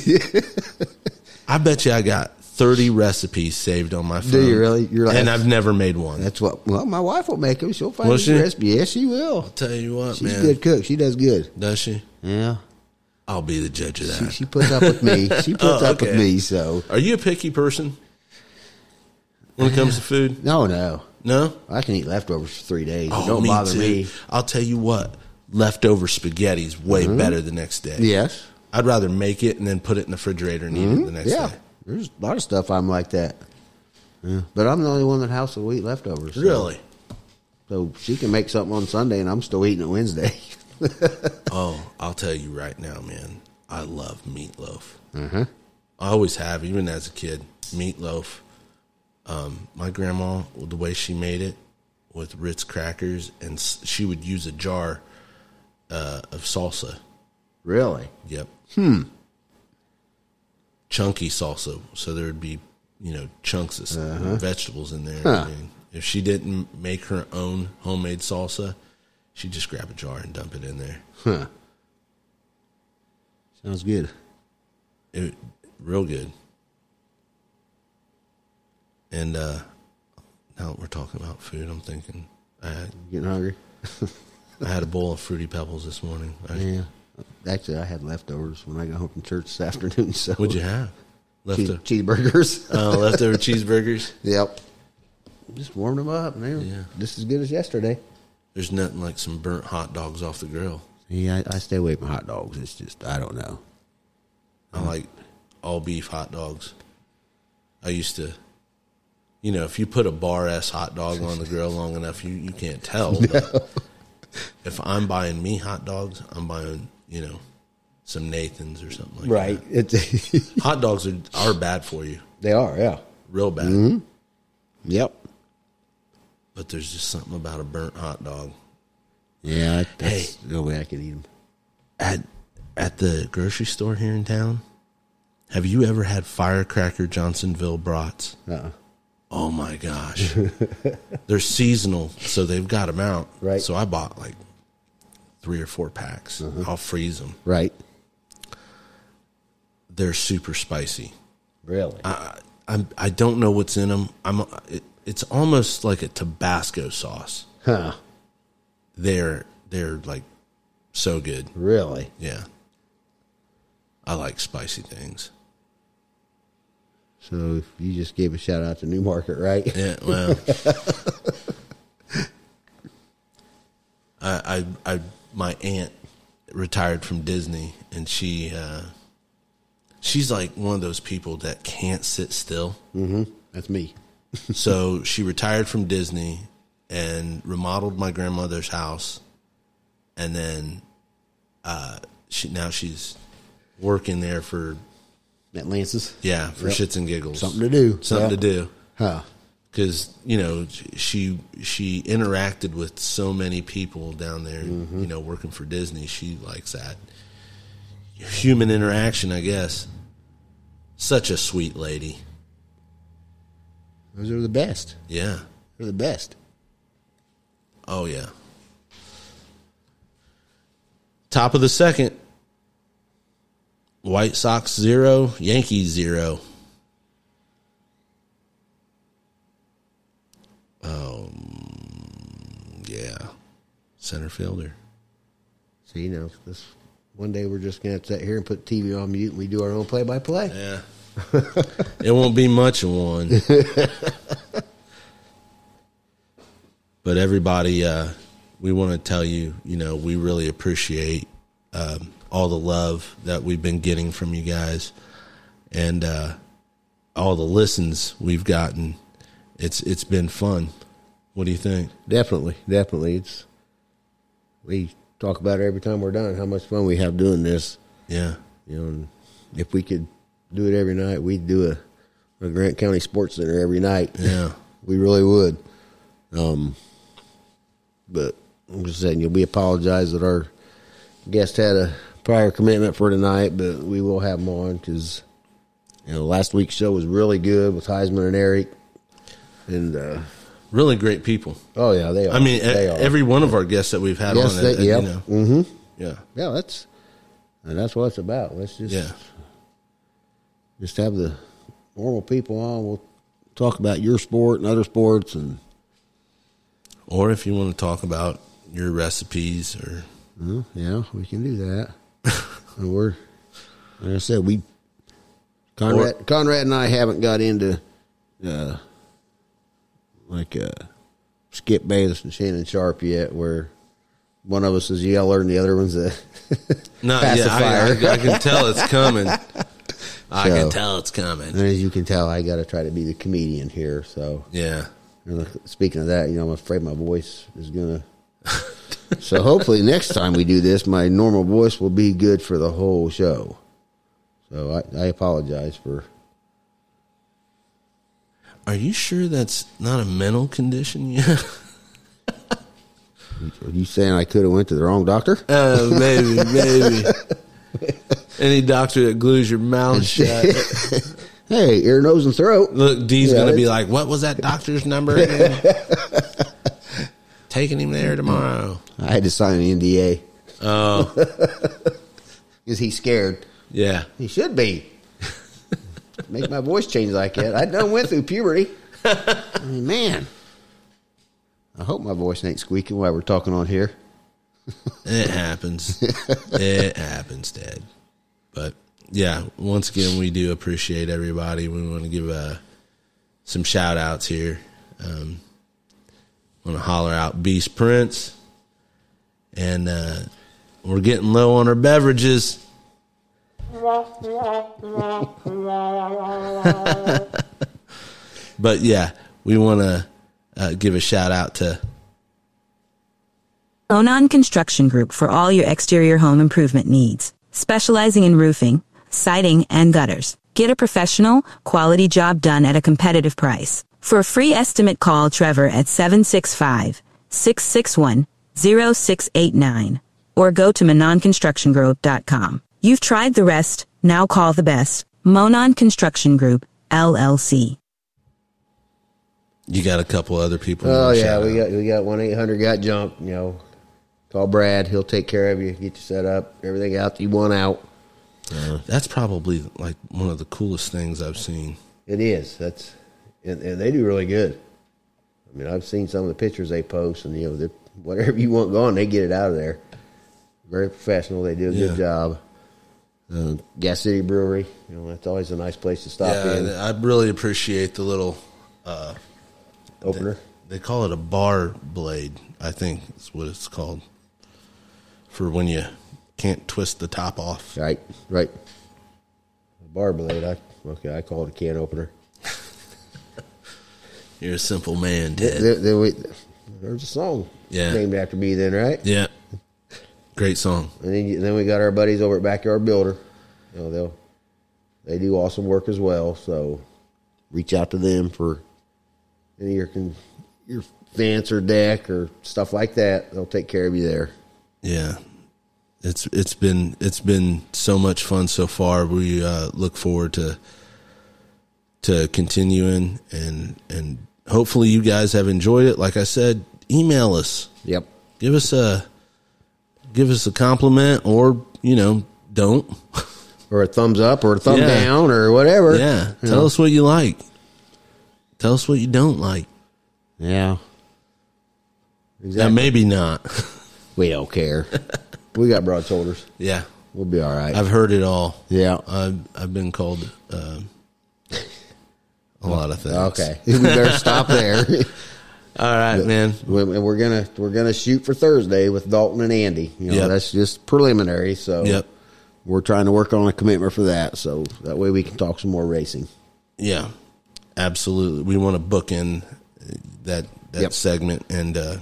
[SPEAKER 1] I bet you I got 30 recipes saved on my phone.
[SPEAKER 2] you really? You're like-
[SPEAKER 1] and I've never made one.
[SPEAKER 2] That's what. Well, my wife will make them. She'll find
[SPEAKER 1] Will
[SPEAKER 2] these
[SPEAKER 1] she?
[SPEAKER 2] recipe. Yes, she will.
[SPEAKER 1] I'll tell you what,
[SPEAKER 2] She's
[SPEAKER 1] man.
[SPEAKER 2] a good cook. She does good.
[SPEAKER 1] Does she?
[SPEAKER 2] Yeah.
[SPEAKER 1] I'll be the judge of that.
[SPEAKER 2] She, she puts up with me. She puts
[SPEAKER 1] Oh,
[SPEAKER 2] up with
[SPEAKER 1] okay.
[SPEAKER 2] me. So
[SPEAKER 1] Are you a picky person when it comes to food?
[SPEAKER 2] no, no,
[SPEAKER 1] No.
[SPEAKER 2] I can eat leftovers for three days. It
[SPEAKER 1] Oh,
[SPEAKER 2] don't bother
[SPEAKER 1] too.
[SPEAKER 2] me. Mm-hmm.
[SPEAKER 1] I'll tell you what. Leftover spaghetti's way better the next day.
[SPEAKER 2] Yes.
[SPEAKER 1] I'd rather make it and then put it in the refrigerator and eat it the next
[SPEAKER 2] Mm-hmm. yeah,
[SPEAKER 1] day.
[SPEAKER 2] there's a lot of stuff I'm like that. Yeah. But I'm the only one that house will eat leftovers. so-
[SPEAKER 1] Really?
[SPEAKER 2] So she can make something on Sunday, and I'm still eating it Wednesday.
[SPEAKER 1] Oh, I'll tell you right now, man. I love meatloaf.
[SPEAKER 2] Uh-huh.
[SPEAKER 1] I always have, even as a kid. Meatloaf. Um, my grandma, the way she made it with Ritz crackers, and s- she would use a jar uh, of salsa.
[SPEAKER 2] Really?
[SPEAKER 1] Yep. Chunky salsa. So there would be, you know, chunks of s- vegetables in there.
[SPEAKER 2] Huh.
[SPEAKER 1] And if she didn't make her own homemade salsa, she'd just grab a jar and dump it in there.
[SPEAKER 2] Huh. Sounds good.
[SPEAKER 1] It real good. And uh now that we're talking about food, I'm thinking I had,
[SPEAKER 2] Getting hungry?
[SPEAKER 1] I had a bowl of fruity pebbles this morning. I,
[SPEAKER 2] Yeah. Actually, I had leftovers when I got home from church this afternoon. So
[SPEAKER 1] What'd you have?
[SPEAKER 2] Cheese-
[SPEAKER 1] Leftover,
[SPEAKER 2] cheeseburgers?
[SPEAKER 1] uh, leftover cheeseburgers.
[SPEAKER 2] yep. Just warmed them up, man.
[SPEAKER 1] Yeah.
[SPEAKER 2] Just as good as yesterday.
[SPEAKER 1] There's nothing like some burnt hot dogs off the grill.
[SPEAKER 2] Yeah, I, I stay away from hot dogs. It's just I don't know.
[SPEAKER 1] I like all beef hot dogs. I used to, you know, if you put a bar ass hot dog on the grill long enough, you, you can't tell. But if I'm buying me hot dogs, I'm buying, you know, some Nathan's or something like
[SPEAKER 2] It's
[SPEAKER 1] that. Hot dogs are, are bad for you,
[SPEAKER 2] they are. Yeah.
[SPEAKER 1] real bad.
[SPEAKER 2] Yep.
[SPEAKER 1] But there's just something about a burnt hot dog.
[SPEAKER 2] Yeah. I- That's the only way I can eat them.
[SPEAKER 1] At, at the grocery store here in town, have you ever had Firecracker Johnsonville brats?
[SPEAKER 2] Uh-uh.
[SPEAKER 1] Oh my gosh. They're seasonal, so they've got them out.
[SPEAKER 2] Right.
[SPEAKER 1] So I bought like three or four packs. I'll freeze them.
[SPEAKER 2] Right.
[SPEAKER 1] They're super spicy.
[SPEAKER 2] Really.
[SPEAKER 1] I, I I don't know what's in them. I'm uh, it, it's almost like a Tabasco sauce.
[SPEAKER 2] huh.
[SPEAKER 1] They're they're like so good.
[SPEAKER 2] Really.
[SPEAKER 1] Yeah. I like spicy things.
[SPEAKER 2] So you just gave a shout out to Newmarket, right?
[SPEAKER 1] Yeah, well, I, I, I, my aunt retired from Disney, and she, uh, she's like one of those people that can't sit still.
[SPEAKER 2] That's me.
[SPEAKER 1] so she retired from Disney and remodeled my grandmother's house, and then, uh, she now she's working there for
[SPEAKER 2] At Lance's.
[SPEAKER 1] yeah for shits and giggles,
[SPEAKER 2] Something to do.
[SPEAKER 1] something to
[SPEAKER 2] Yeah.
[SPEAKER 1] do.
[SPEAKER 2] Huh.
[SPEAKER 1] because you know she she interacted with so many people down there you know working for disney she likes that human interaction i guess such a sweet lady
[SPEAKER 2] Those are the best.
[SPEAKER 1] yeah
[SPEAKER 2] They're the best.
[SPEAKER 1] oh yeah top of the second white sox zero yankees zero um yeah center fielder
[SPEAKER 2] So you know, this one day we're just gonna have to sit here and put TV on mute and we do our own play by play.
[SPEAKER 1] Yeah. it won't be much of one. but everybody, uh, we want to tell you, you know, we really appreciate um, all the love that we've been getting from you guys and uh, all the listens we've gotten. It's It's been fun. What do you think?
[SPEAKER 2] Definitely, definitely. It's we talk about it every time we're done, how much fun we have doing this.
[SPEAKER 1] Yeah.
[SPEAKER 2] You know, and if we could do it every night, we'd do a, a Grant County Sports Center every night.
[SPEAKER 1] Yeah.
[SPEAKER 2] We really would. Um, but I'm just saying, you know, we apologize that our guest had a prior commitment for tonight, but we will have him on because you know last week's show was really good with Heisman and Eric, and uh,
[SPEAKER 1] Really great people.
[SPEAKER 2] oh yeah, they are.
[SPEAKER 1] I mean, e-
[SPEAKER 2] they are.
[SPEAKER 1] every one of our guests that we've had
[SPEAKER 2] yes,
[SPEAKER 1] on,
[SPEAKER 2] they,
[SPEAKER 1] uh,
[SPEAKER 2] yeah,
[SPEAKER 1] you know,
[SPEAKER 2] mm-hmm.
[SPEAKER 1] yeah,
[SPEAKER 2] yeah, that's and that's what it's about. Let's just
[SPEAKER 1] yeah.
[SPEAKER 2] just have the normal people on. We'll talk about your sport and other sports and.
[SPEAKER 1] Or if you want to talk about your recipes or
[SPEAKER 2] Well, yeah, we can do that. and we're like I said, we Conrad Conrad and I haven't got into uh like uh Skip Bayless and Shannon Sharp yet where One of us is a yeller, and the other one's a
[SPEAKER 1] No, yeah, I,
[SPEAKER 2] pacifier.
[SPEAKER 1] I, I can tell it's coming. I
[SPEAKER 2] So-
[SPEAKER 1] can tell it's coming.
[SPEAKER 2] and as you can tell, I got to try to be the comedian here. So,
[SPEAKER 1] Yeah.
[SPEAKER 2] and look, speaking of that, you know, I'm afraid my voice is gonna. so hopefully next time we do this, my normal voice will be good for the whole show. So I, I apologize for.
[SPEAKER 1] Are you sure that's not a mental condition yet?
[SPEAKER 2] Are you saying I could have went to the wrong doctor?
[SPEAKER 1] Uh, maybe, maybe. Any doctor that glues your mouth shut.
[SPEAKER 2] Hey, ear, nose, and throat.
[SPEAKER 1] Look, D's
[SPEAKER 2] Yeah,
[SPEAKER 1] gonna be
[SPEAKER 2] it's-
[SPEAKER 1] like, "What was that doctor's number?" again?" Taking him
[SPEAKER 2] Mm.
[SPEAKER 1] there tomorrow.
[SPEAKER 2] I had to sign an NDA
[SPEAKER 1] Oh,
[SPEAKER 2] because he's scared.
[SPEAKER 1] yeah.
[SPEAKER 2] He should be. Make my voice change like that. I done went through puberty. I mean, man. I hope my voice ain't squeaking while we're talking on here.
[SPEAKER 1] It happens. it happens, Dad. But yeah, once again, we do appreciate everybody. We want to give uh, some shout outs here. Um, want to holler out Beast Prince. And uh, we're getting low on our beverages. but yeah, we want to uh, give a shout out to
[SPEAKER 3] Onan Construction Group for all your exterior home improvement needs, specializing in roofing, siding, and gutters. Get a professional, quality job done at a competitive price. For a free estimate, call Trevor at 765 661 0689 or go to mononconstructiongroup.com. You've tried the rest, now call the best. Monon Construction Group, LLC.
[SPEAKER 1] You got a couple other people.
[SPEAKER 2] Oh
[SPEAKER 1] you wanna
[SPEAKER 2] yeah,
[SPEAKER 1] shout
[SPEAKER 2] we
[SPEAKER 1] out?
[SPEAKER 2] got we got one eight hundred got jump. You know, call Brad. He'll take care of you. Get you set up. Everything out that you want out.
[SPEAKER 1] Uh, that's probably like one of the coolest things I've seen.
[SPEAKER 2] It is. That's and, and they do really good. I mean, I've seen some of the pictures they post, and you know, they're- whatever you want gone, they get it out of there. Very professional. They do a
[SPEAKER 1] Yeah.
[SPEAKER 2] good job. Uh, Gas City Brewery. You know, that's always a nice place to stop in.
[SPEAKER 1] Yeah, I really appreciate the little.
[SPEAKER 2] Opener.
[SPEAKER 1] They call it a bar blade. I think is what it's called for when you can't twist the top off.
[SPEAKER 2] Right. Right. Bar blade. I okay. I call it a can opener.
[SPEAKER 1] You're a simple man, Ted.
[SPEAKER 2] There, there we, there's a song
[SPEAKER 1] Yeah.
[SPEAKER 2] named after me then, right?
[SPEAKER 1] Yeah, great song.
[SPEAKER 2] And then, you- then we got our buddies over at Backyard Builder. You know, they'll they do awesome work as well. So reach out to them for any of your con, your fence or deck or stuff like that. They'll take care of you there.
[SPEAKER 1] Yeah, it's it's been it's been so much fun so far. We uh, look forward to to continuing and and hopefully you guys have enjoyed it. Like I said, email us,
[SPEAKER 2] Yep.
[SPEAKER 1] give us a give us a compliment, or you know don't.
[SPEAKER 2] Or a thumbs up or a thumb
[SPEAKER 1] Yeah.
[SPEAKER 2] down or whatever.
[SPEAKER 1] yeah,
[SPEAKER 2] You
[SPEAKER 1] tell
[SPEAKER 2] know?
[SPEAKER 1] us what you like. Tell us what you don't like.
[SPEAKER 2] Yeah.
[SPEAKER 1] Now
[SPEAKER 2] Exactly.
[SPEAKER 1] maybe not.
[SPEAKER 2] we don't care. we got broad shoulders.
[SPEAKER 1] yeah,
[SPEAKER 2] We'll be all right.
[SPEAKER 1] I've heard it all.
[SPEAKER 2] yeah.
[SPEAKER 1] I've I've been called uh, a lot of things.
[SPEAKER 2] Okay. we better stop there.
[SPEAKER 1] All right, man.
[SPEAKER 2] We- and we're gonna we're gonna shoot for Thursday with Dalton and Andy. You know,
[SPEAKER 1] Yep.
[SPEAKER 2] that's just preliminary. So
[SPEAKER 1] Yep.
[SPEAKER 2] we're trying to work on a commitment for that, so that way we can talk some more racing.
[SPEAKER 1] Yeah. Absolutely. We want to book in uh, that that
[SPEAKER 2] Yep.
[SPEAKER 1] segment and uh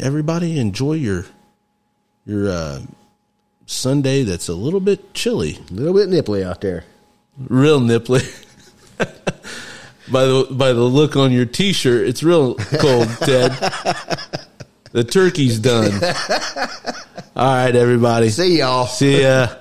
[SPEAKER 1] everybody enjoy your your uh Sunday that's a little bit chilly.
[SPEAKER 2] A little bit nipply out there.
[SPEAKER 1] Real nipply. by the by the look on your t-shirt, it's real cold, Ted. the turkey's done. All right, everybody.
[SPEAKER 2] See y'all.
[SPEAKER 1] See ya.